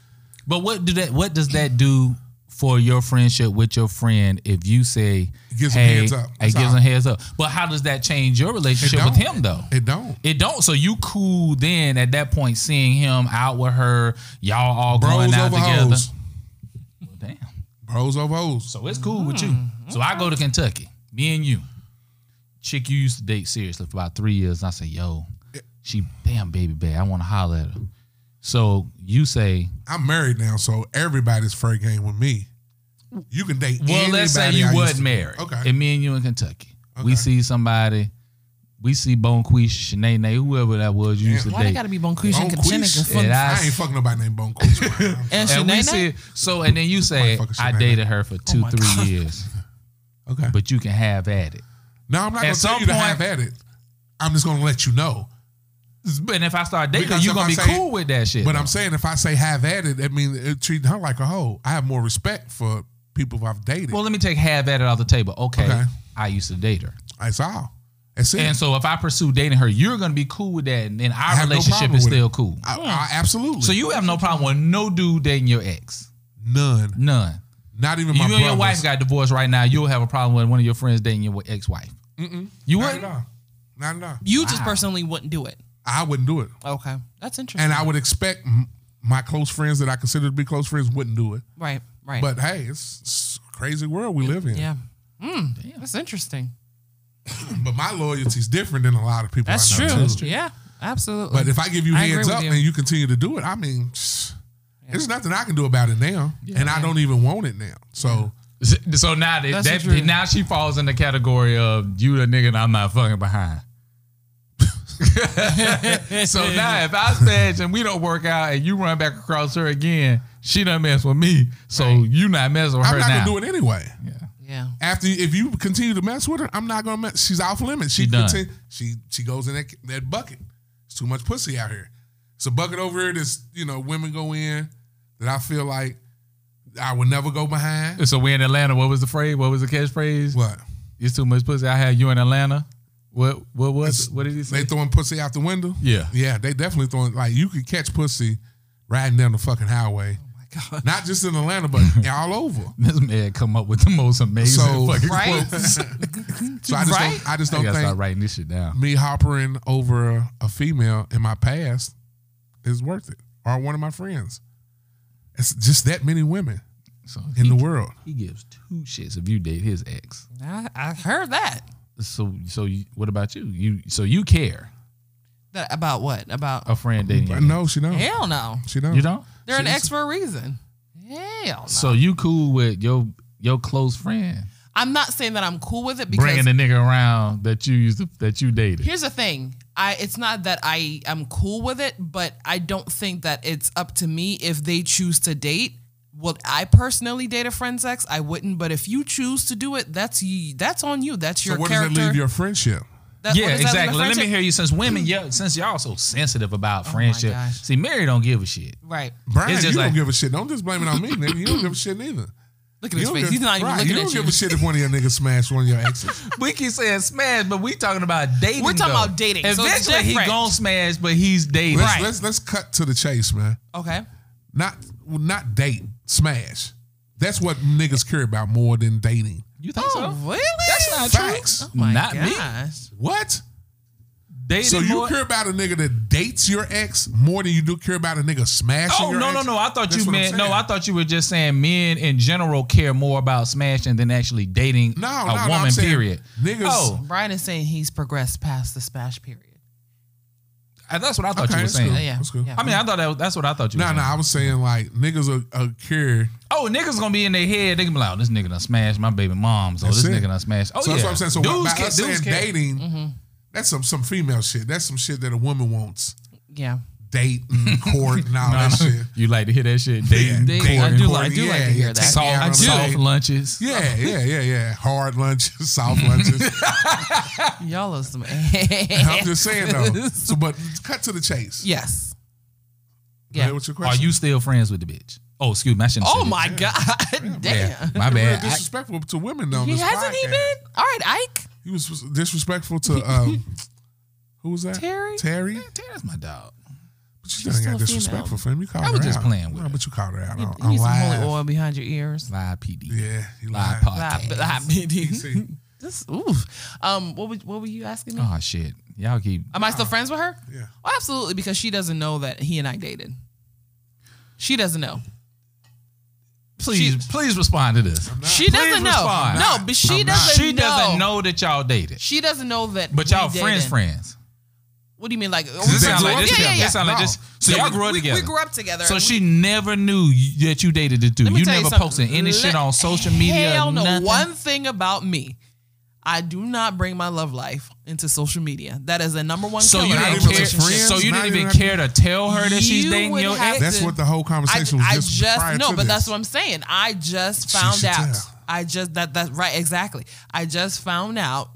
C: But what do that? What does that do for your friendship with your friend if you say,
B: It gives him
C: "Hey,
B: heads up.
C: it
B: That's
C: gives
B: all.
C: him heads up"? But how does that change your relationship with
B: don't.
C: him though?
B: it don't.
C: It don't. So you cool then at that point seeing him out with her, y'all all
B: Bros
C: going out
B: over
C: together.
B: hoes.
C: Well, damn.
B: Bros over hoes.
C: So it's cool with you. So I go to Kentucky, me and you. Chick you used to date seriously for about three years, and I say, yo, she damn baby bad. I want to holler at her. So you say,
B: I'm married now, so everybody's fair game with me. You can date.
C: well,
B: anybody
C: let's say you
B: I used
C: wasn't
B: to-
C: married.
B: Okay.
C: And me and you in Kentucky.
B: Okay.
C: We see somebody, we see Bonquisha, Shanae, Nae, whoever that was you used to
A: Why they
C: date.
A: gotta be Bonquisha and
B: Bonquisha.
C: Yeah,
A: Kachina?
C: that-
B: I ain't fucking nobody named Bone Coach.
A: And
C: And we
A: Shanae?
C: see, so and then you say
B: Motherfucker, Oh
C: I
B: Shanae.
C: dated her for two,
A: my
C: three
A: God.
C: years,
B: okay.
C: but you can have at it.
B: No, I'm not gonna tell
C: some
B: you to
C: point-
B: have at it. I'm just gonna let you know.
C: And if I start dating, her,
B: Because
C: you
B: if
C: gonna
B: I
C: be
B: say-
C: cool with that shit.
B: But I'm saying if I say have at it, that means it treating her like a hoe. I have more respect for people I've dated.
C: well, let me take have at it off the table. Okay,
B: Okay.
C: I used to date her,
B: That's all. That's it.
C: and so if I pursue dating her, you're gonna be cool with that, and then our
B: have no
C: relationship
B: problem
C: is
B: with
C: still cool.
B: I, I- absolutely.
C: so you have no problem with no dude dating your ex,
B: none.
C: none.
B: Not even
C: You
B: my
C: and your
B: brothers.
C: wife got divorced right now. You'll have a problem with one of your friends dating your ex-wife. You
B: Not at
C: wouldn't.
B: all. Not at all.
A: You just personally wouldn't do it.
B: I wouldn't do it.
A: Okay, that's interesting.
B: and I would expect m- my close friends that I consider to be close friends wouldn't do it.
A: right. Right.
B: But hey, it's, it's a crazy world we live in.
A: yeah. Mm, that's interesting.
B: But my loyalty's different than a lot of people.
A: That's
B: I know
A: true.
B: too.
A: Yeah, absolutely.
B: But if I give you
A: I agree
B: heads
A: with
B: up
A: you.
B: and you continue to do it, I mean, psh, there's nothing I can do about it now, and I don't even want it now. So
C: So now that,
A: That's
C: that
A: the truth.
C: now she falls in the category of you the nigga and I'm not fucking behind. so now if I stage and we don't work out and you run back across her again, she done mess with me. So you not messing with
B: I'm
C: her
B: not
C: now.
B: gonna do it anyway.
A: yeah. Oh
B: After if you continue to mess with her, I'm not gonna mess. She's off limits. She
C: She done.
B: contin- she she goes in that that bucket. It's too much pussy out here. It's a bucket over here that's you know women go in that I feel like I would never go behind.
C: So we in Atlanta. What was the phrase? What was the catchphrase?
B: What
C: It's too much pussy. I had you in Atlanta. What what was
B: It's-
C: what did he
B: they
C: say?
B: throwing pussy out the window?
C: Yeah.
B: yeah. They definitely throwing like you could catch pussy riding down the fucking highway.
D: God.
B: Not just in Atlanta, but all over.
C: This man come up with the most amazing
B: So-
C: fucking
A: Right?
C: quotes. I
B: So I just
A: Right?
B: don't. I just don't
C: gotta start
B: think
C: writing this shit down.
B: me hoppering over a female in my past is worth it, or one of my friends. It's just that many women
C: So
B: in
C: he,
B: the world.
C: he gives two shits if you date his ex.
A: I, I heard that.
C: So so you, what about you? You so you care
A: that. About what? About
C: a friend dating? your
B: But no, she
C: Hmm.
B: don't.
A: hell no.
B: She don't.
C: ex? you don't.
A: They're an
B: She's-
A: ex for a reason. Hell no.
C: So you cool with your your close friend
A: I'm not saying that I'm cool with it because
C: bringing the nigga around that you used to, that you dated?
A: here's the thing. I it's not that I am cool with it, but I don't think that it's up to me if they choose to date. Would I personally date a friend's ex? I wouldn't. But if you choose to do it, that's you. That's on you. That's your
B: So where
A: character.
B: does it leave your friendship?
A: That- what
C: Yeah,
A: does that leave a
C: exactly. Let me
A: friendship?
C: hear you. Since women, yeah, since y'all so sensitive about friendship,
A: gosh.
C: see, Mary don't give a shit.
A: Right.
B: Brian,
C: It's
B: you
C: just
B: don't
C: like-
B: give a shit. Don't just blame it on me, nigga. You don't give a shit neither.
A: Look at
B: You
A: his
B: don't
A: face.
B: give-
A: He's not even
B: right,
A: looking
B: You don't
A: at you.
B: give a shit if one of your niggas smashed one of your exes.
C: We keep saying smash, but we talking about dating.
A: We're talking
C: though.
A: about dating, so it's
C: Eventually, he
A: different.
C: gon' smash, but he's dating.
B: Let's, let's let's cut to the chase, man.
A: Okay.
B: Not well, not date, smash. That's what niggas care about more than dating.
C: You think
A: Oh,
C: so?
A: really?
C: That's not
B: Facts.
C: true.
A: Oh my
C: not me.
A: gosh.
B: What?
C: Dating
B: So you
C: more-
B: care about a nigga that dates your ex more than you do care about a nigga smashing
C: Oh
B: your
C: no
B: ex?
C: no no! I thought
B: That's
C: you
B: what I'm
C: meant no.
B: saying.
C: I thought you were just saying men in general care more about smashing than actually dating
B: No,
C: a
B: no, no, I'm
C: woman.
B: saying
C: period.
B: niggas-
C: Oh,
A: Brian is saying he's progressed past the smash period.
C: I- that's what I thought
B: Okay,
C: you were
B: that's
C: saying.
B: cool.
A: Yeah, yeah.
B: That's cool.
A: yeah.
C: I mean, I thought that was, that's what I thought you. were
B: No,
C: saying.
B: no, I was saying like niggas are, are care.
C: Oh, niggas gonna be in their head. They gonna be like, oh, this nigga done smashed my baby mom's. Oh,
B: That's
C: this
B: it.
C: nigga done smashed. Oh
B: so
C: yeah.
B: that's what I'm saying. So what, by
C: care-
B: us saying
C: care.
B: dating,
A: Mm-hmm.
B: that's some some female shit. That's some shit that a woman wants.
A: yeah.
B: Date and court and all that shit.
C: You like to hear that shit? Dating.
B: Yeah,
A: I
B: court and
A: do
B: court,
A: like- I do
B: yeah,
A: like to hear
B: yeah,
A: that.
B: take
C: Soft,
B: care of
C: soft
B: them.
C: lunches.
B: Yeah, yeah, yeah, yeah. Hard lunches, soft lunches.
A: Y'all are some Uh-huh.
B: I'm just saying though. So, but cut to the chase.
A: Yes.
B: Go ahead
A: Yeah.
B: with your
C: Are
B: question?
C: you still friends with the bitch? Oh, excuse me. I shouldn't
A: Oh
C: say
A: my God. Damn.
C: that. My
B: Real
C: bad. I-
B: disrespectful to women though. on
A: He
B: this
A: hasn't he
B: podcast.
A: been? All right, Ike.
B: He was disrespectful to um, who was that?
A: Terry?
B: Terry.
C: Tara's my dog.
B: But you done
A: still
B: got
A: a
B: disrespectful for him. You called
C: I was
B: her
C: just
B: out.
C: playing with
B: No,
C: her.
B: but you called her out. on-
C: Oh,
A: You
B: on
A: need some
B: live.
A: holy oil behind your ears.
C: Live PD.
B: Yeah, he
C: Live
B: lied.
A: Blah,
C: podcast.
A: blah, blah.
B: See,
A: Just oof. Um, what would what were you asking me?
C: Oh shit. Y'all keep.
A: Am I still friends with her?
B: Yeah.
A: Oh, absolutely, because she doesn't know that he and I dated. She doesn't know.
C: Please, please respond to this.
A: She
C: Uh, Please
A: doesn't know.
C: respond.
A: No, but she
B: I'm not.
A: doesn't.
C: She doesn't know that y'all dated,
A: She doesn't know that.
C: but
A: we
C: y'all friends,
A: dated.
C: friends.
A: What do you mean, like? oh,
C: 'Cause It
A: we
C: sounds
A: grew
C: like
A: up-
C: this.
A: Yeah, yeah, yeah.
C: It sounds like
B: No.
C: this. So y'all grew up
A: we,
C: together.
A: We grew up together.
C: So
A: and
C: she never knew you- that you dated the dude.
A: Let me
C: You
A: tell
C: never
A: something.
C: posted any shit
A: Let-
C: on social media.
A: Hell no.
C: nothing.
A: One thing about me, I do not bring my love life into social media. That is the number one.
C: So you
A: killer
B: Not
A: in a
C: didn't
B: even
C: care.
B: with friends?
C: So you
B: Not even
C: didn't even
B: with-
C: care to tell her that she's
A: You
C: dating
A: would
C: your
A: have
C: ex.
B: That's what the whole
A: I,
B: conversation
A: I
B: was just.
A: just
B: prior
A: no,
B: to
A: but
B: this.
A: that's what I'm saying. I just found
B: should
A: out.
B: tell.
A: I just that that's right exactly. I just found out.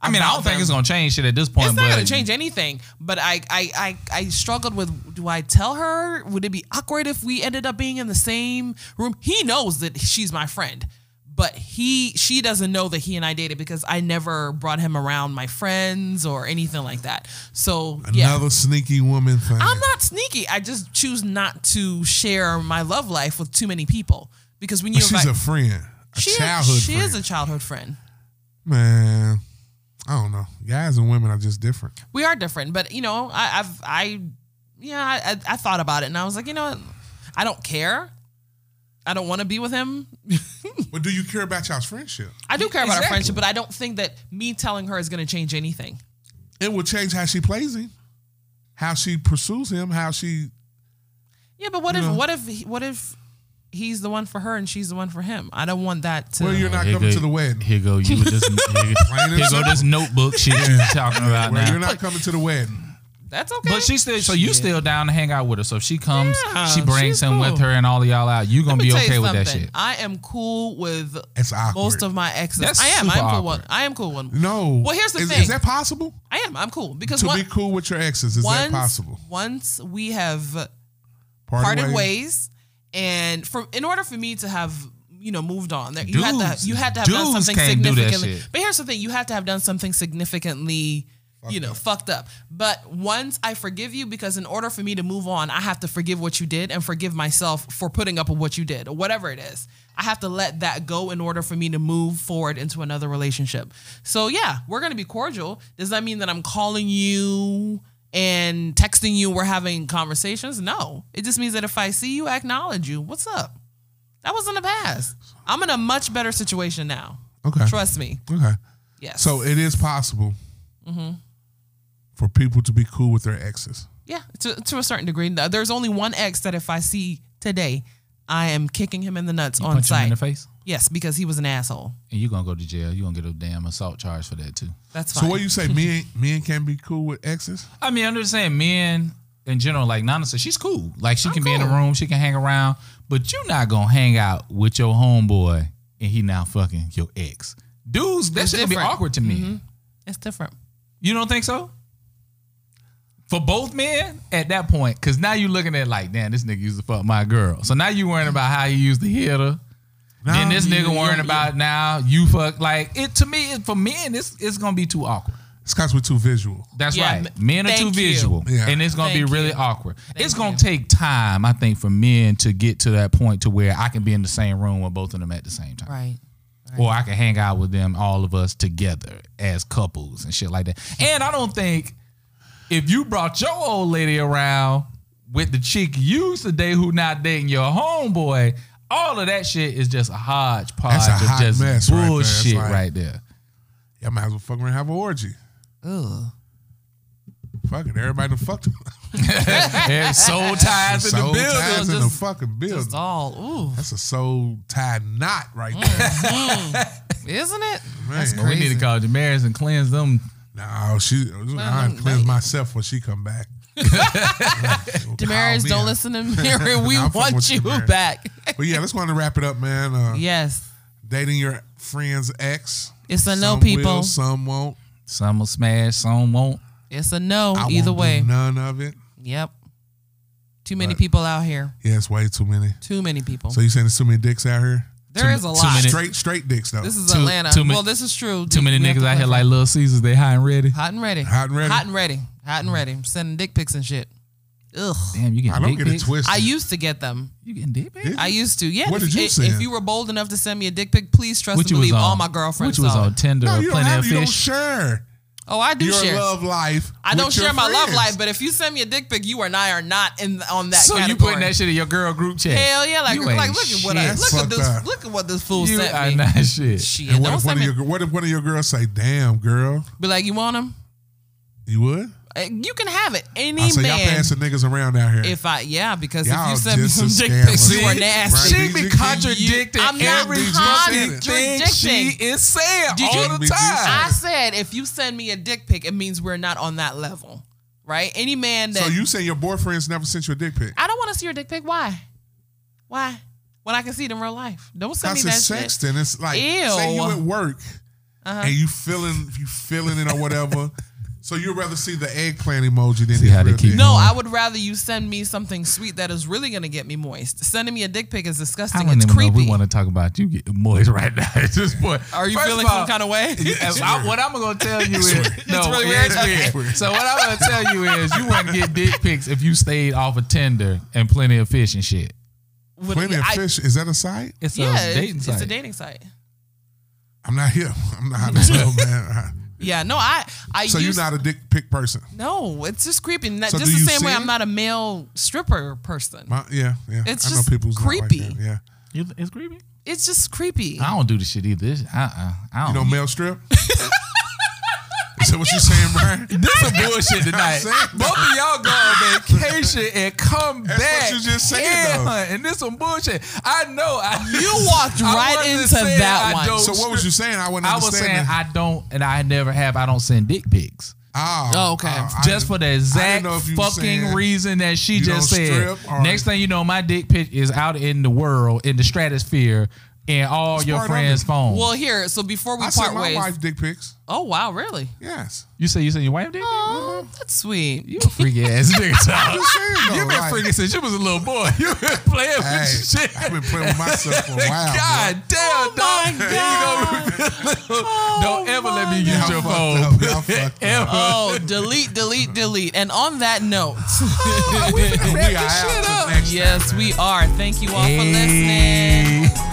C: I mean, I don't think it's gonna change shit at this point.
A: It's not
C: but
A: going to change anything, but I, I, I, I struggled with do I tell her? Would it be awkward if we ended up being in the same room? He knows that she's my friend, but he she doesn't know that he and I dated because I never brought him around my friends or anything like that. So yeah.
B: Another sneaky woman thing.
A: I'm not sneaky. I just choose not to share my love life with too many people because when you
B: But she's
A: invite-
B: a friend, a
A: she, is-
B: childhood
A: she
B: friend.
A: is a childhood friend.
B: Man, I don't know. Guys and women are just different.
A: we are different. But you know, I, I've I yeah, I, I- I thought about it and I was like, you know, what? I don't care. I don't want to be with him.
B: But do you care about y'all's friendship?
A: I do care about
C: Exactly.
A: our friendship, but I don't think that me telling her is going to change anything.
B: It will change how she plays him, how she pursues him, how she.
A: Yeah, but what
B: No.
A: if what if he- what if he's the one for her and she's the one for him? I don't want that to.
B: Well, you're not coming to the wedding.
C: Here go you with this. Here,
B: Plain and
C: here go this notebook shit you talking about
B: Well,
C: now.
B: you're not coming to the wedding.
A: That's okay.
C: But she still, so you still down to hang out with her. So if she comes,
A: Yeah,
C: she brings
A: she's
C: him with
A: cool.
C: her and all of y'all out. You
A: Let
C: gonna
A: me
C: be
A: tell you
C: okay with that
A: something.
C: shit?
A: I am cool with
B: It's awkward.
A: most of my exes.
C: That's
A: I am. I'm
C: super
A: cool. One.
C: awkward.
A: I am cool. One.
B: No.
A: Well, here's the
B: is,
A: thing.
B: Is that possible?
A: I am. I'm cool because
B: To
A: one,
B: be cool with your exes, is
A: once
B: that possible?
A: once we have
B: Party
A: parted ways. and for in order for me to have you know moved on, there, you had to
C: Dudes-
A: you had to have done
C: dudes
A: something
C: can't do that
A: significantly.
C: shit.
A: But here's the thing: you have to have done something significantly you know, fucked up. But once I forgive you, because in order for me to move on, I have to forgive what you did and forgive myself for putting up with what you did or whatever it is. I have to let that go in order for me to move forward into another relationship. So, yeah, we're going to be cordial. Does that mean that I'm calling you and texting you? We're having conversations? No. It just means that if I see you, I acknowledge you. What's up? That was in the past. I'm in a much better situation now.
B: Okay.
A: Trust me.
B: Okay.
A: Yes.
B: So it is possible
A: Mm-hmm.
B: for people to be cool with their exes.
A: Yeah, to, to a certain degree. No, There's only one ex that if I see today, I am kicking him in the nuts on
C: Punch him in
A: site.
C: the face,
A: Yes, because he was an asshole.
C: and you're gonna go to jail. You're gonna get a damn assault charge for that too.
A: That's
B: So
A: fine.
B: what you say? Men men can be cool with exes.
C: I mean, I'm just saying, men in general, like Nana said, she's cool. Like she can be in the
A: cool.
C: room, she can hang around, but you're not gonna hang out with your homeboy and he now fucking your ex. Dudes, that
A: It's
C: shit gonna be
A: different. Mm-hmm.
C: awkward to me.
A: it's different.
C: You don't think so? For both men at that point, because now you're looking at like, damn, this nigga used to fuck my girl. So now you worrying about how he used to hit her.
B: Nah,
C: then this
B: you-
C: nigga
B: you-
C: worrying
B: you-
C: about now you fuck like it to me. It, for men, it's it's gonna be too awkward.
B: It's because we're too visual.
C: That's
A: Yeah,
C: right.
A: m-
C: Men are too
A: thank you.
C: visual,
B: Yeah.
C: and it's gonna be
A: Thank
C: really
A: you.
C: awkward. it's gonna
A: you.
C: take time, I think, for men to get to that point to where I can be in the same room with both of them at the same time,
A: Right.
C: or I can hang out with them, all of us together as couples and shit like that. And I don't think if you brought your old lady around with the chick you today who not dating your homeboy, all of that shit is just a hodgepodge
B: That's a
C: of
B: hot
C: just
B: mess right there. It's
C: bullshit
B: like-
C: right there.
B: Y'all might as well fuck around and have an orgy.
A: Ugh.
B: Fuck it, everybody done fucked.
C: And soul ties in
B: soul
C: the building.
B: ties in the
A: just-
B: fucking building.
A: It's all,
B: That's a soul tie knot right
A: Mm.
B: there.
A: ooh, isn't it?
B: Man.
C: Well, We need to call Jamaris and cleanse them.
B: No, she. I
A: I'm
B: cleanse
A: like-
B: myself when she come back.
A: Damaris, don't listen to Mary. We
B: Nah, I'm fucking
A: want
B: with
A: you
B: you, Mary.
A: back.
B: But yeah, let's go on and wrap it up, man. Uh,
A: yes.
B: Dating your friend's ex.
A: It's a no,
B: Some
A: people.
B: Will, some won't.
C: Some will smash, some won't.
A: It's a no
B: I
A: either
B: won't do
A: way.
B: none of it.
A: Yep. Too many
B: But-
A: people out here.
B: Yeah, it's way too many.
A: Too many people.
B: So you saying there's too many dicks out here?
A: there is a lot.
C: many-
B: Straight, straight dicks though.
A: This is
C: Too-
A: Atlanta.
C: too ma-
A: well, this is true.
C: Too many
A: We have
C: niggas
A: to
C: out here
A: clarify.
C: like Little Caesars. They hot and ready.
A: Hot and ready.
B: Hot and ready.
A: Hot and ready. Hot and ready. Sending dick pics and shit. Ugh.
C: Damn, you
B: I
C: getting
B: don't
C: dick
B: get it
C: pics?
B: twisted.
A: I used to get them.
C: You getting dick pics?
B: Did-
A: I used to. Yeah.
B: What
A: if,
B: did you
A: if,
B: send?
A: if you were bold enough to send me a dick pic, please trust and believe all my girlfriends
C: Which was
A: saw
C: on
A: it.
C: Tinder
B: no,
C: or
B: you don't
C: Plenty
B: have.
C: of
B: You don't
C: Fish.
B: share
A: Oh, I do
B: your
A: share.
B: love life.
A: I don't
B: with your
A: share my love
B: friends.
A: life, but if you send me a dick pic, you and I are not in on that.
C: So
A: category.
C: you putting that shit in your girl group chat?
A: Hell yeah! Like,
C: You
A: like
C: ain't
A: look at what I
C: shit.
A: look at
B: Fuck
A: this
B: that.
A: look at what this fool
C: You are
A: sent me.
C: not shit.
A: Shit,
B: And
A: don't
B: what if, one
A: send
B: of
A: me.
B: your, what if one of your girls say, "Damn, girl,
A: Be like, you want him?
B: you would"?
A: You can have it. Any
B: I say y'all
A: man.
B: passing niggas around out here.
A: If I yeah, because if
B: Y'all
A: you send me
B: just
A: some
B: as
A: dick
B: scandalous.
A: pics, you
B: See?
A: are nasty.
B: Right.
C: She be
B: You-
C: contradicting
A: I'm not
C: every fucking thing she
A: contradicting.
C: is saying
A: Did you-
C: all the
B: Did you
A: I
C: time.
A: said if you send me a dick pic, it means we're not on that level, right? Any man that
B: so you say your boyfriend's never sent you a dick pic?
A: I don't want to see your dick pic. Why? Why? When I can see it in real life. Don't send
B: That's
A: me
B: a
A: that shit.
B: sexting. It's like say
A: Ew. Uh-huh.
B: you at work and you feeling you feeling it or whatever. so you'd rather see the eggplant emoji than
C: See
B: his
C: how they
B: real
C: keep-
B: dick.
A: No,
C: Mhm.
A: I would rather you send me something sweet that is really gonna get me moist. Sending me a dick pic is
C: I
A: disgusting.
C: don't
A: It's
C: even know if
A: creepy.
C: we want to talk about you getting moist right now at this point.
A: Are you
C: First
A: feeling
C: of all,
A: some kind of way?
C: As I- what I'm gonna tell you is no,
A: It's really
C: it's
A: weird.
C: weird.
B: Okay.
C: So what I'm gonna tell you is you wouldn't get dick pics if you stayed off of Tinder and plenty of fish and shit.
A: Would-
B: Plenty of
A: I-
B: fish. Is that a site?
C: It's
A: Yeah,
C: a
A: it's-
C: dating
A: it's
C: site.
A: a dating site.
B: I'm not here. I'm not. I don't know, man. Uh-huh.
A: Yeah, no, I I
B: So you're
A: used
B: not a dick pic person.
A: No, it's just creepy. And that-
B: So
A: just
B: do
A: the
B: you
A: same way
B: see
A: I'm
B: it?
A: not a male stripper person.
B: My, yeah, yeah.
A: It's
B: I know
A: just
B: people's not like
A: creepy.
B: that, yeah.
C: You- it's creepy.
A: It's just creepy.
C: I don't do this shit either. It's- uh-uh. I
B: You
C: don't.
B: know, male strip. Is that what you're saying, Brian?
C: this is bullshit tonight.
B: saying.
C: Both of y'all go on vacation and come
B: That's what
C: back.
B: you just said,
C: and
B: though.
C: hunt. And this some bullshit. I know. I,
A: You walked
C: I
A: right
C: wasn't
A: into
C: saying
A: that
C: I
A: one.
C: don't
B: So what was you saying? I wasn't
C: I was
B: understanding.
C: saying I don't, and I never have. I don't send dick pics.
B: oh,
A: Oh, okay.
B: I-
C: just for the exact
B: know if you
C: fucking
B: saying
C: reason that she
B: you
C: just
B: don't
C: said.
B: strip or-
C: Next thing you know, my dick pic is out in the world, in the stratosphere, in all
B: It's
C: your
B: part of
C: friends'
B: it.
C: phones.
A: well, here, so before we
B: I
A: part
B: sent my
A: ways.
B: wife dick pics.
A: Oh wow, really?
B: Yes.
C: you say you send your wife dick? pic?
A: Oh, that's sweet.
C: Mm-hmm. You a freaky ass nigga. Tyler.
B: Just saying, though,
C: you been
B: like-
C: freaky since you was a little boy. You been playing
B: Hey,
C: with shit.
B: I've been playing with myself for a while.
C: God damn,
A: Oh my God.
C: Don't ever let me
B: Y'all
C: use your
B: fucked up. Y'all
C: phone.
B: fucked up.
C: Ever.
A: Oh, delete, delete, delete. And on that note,
B: We are out till next time,
A: yes,
B: man.
A: we are. Thank you all for
C: Hey.
A: listening.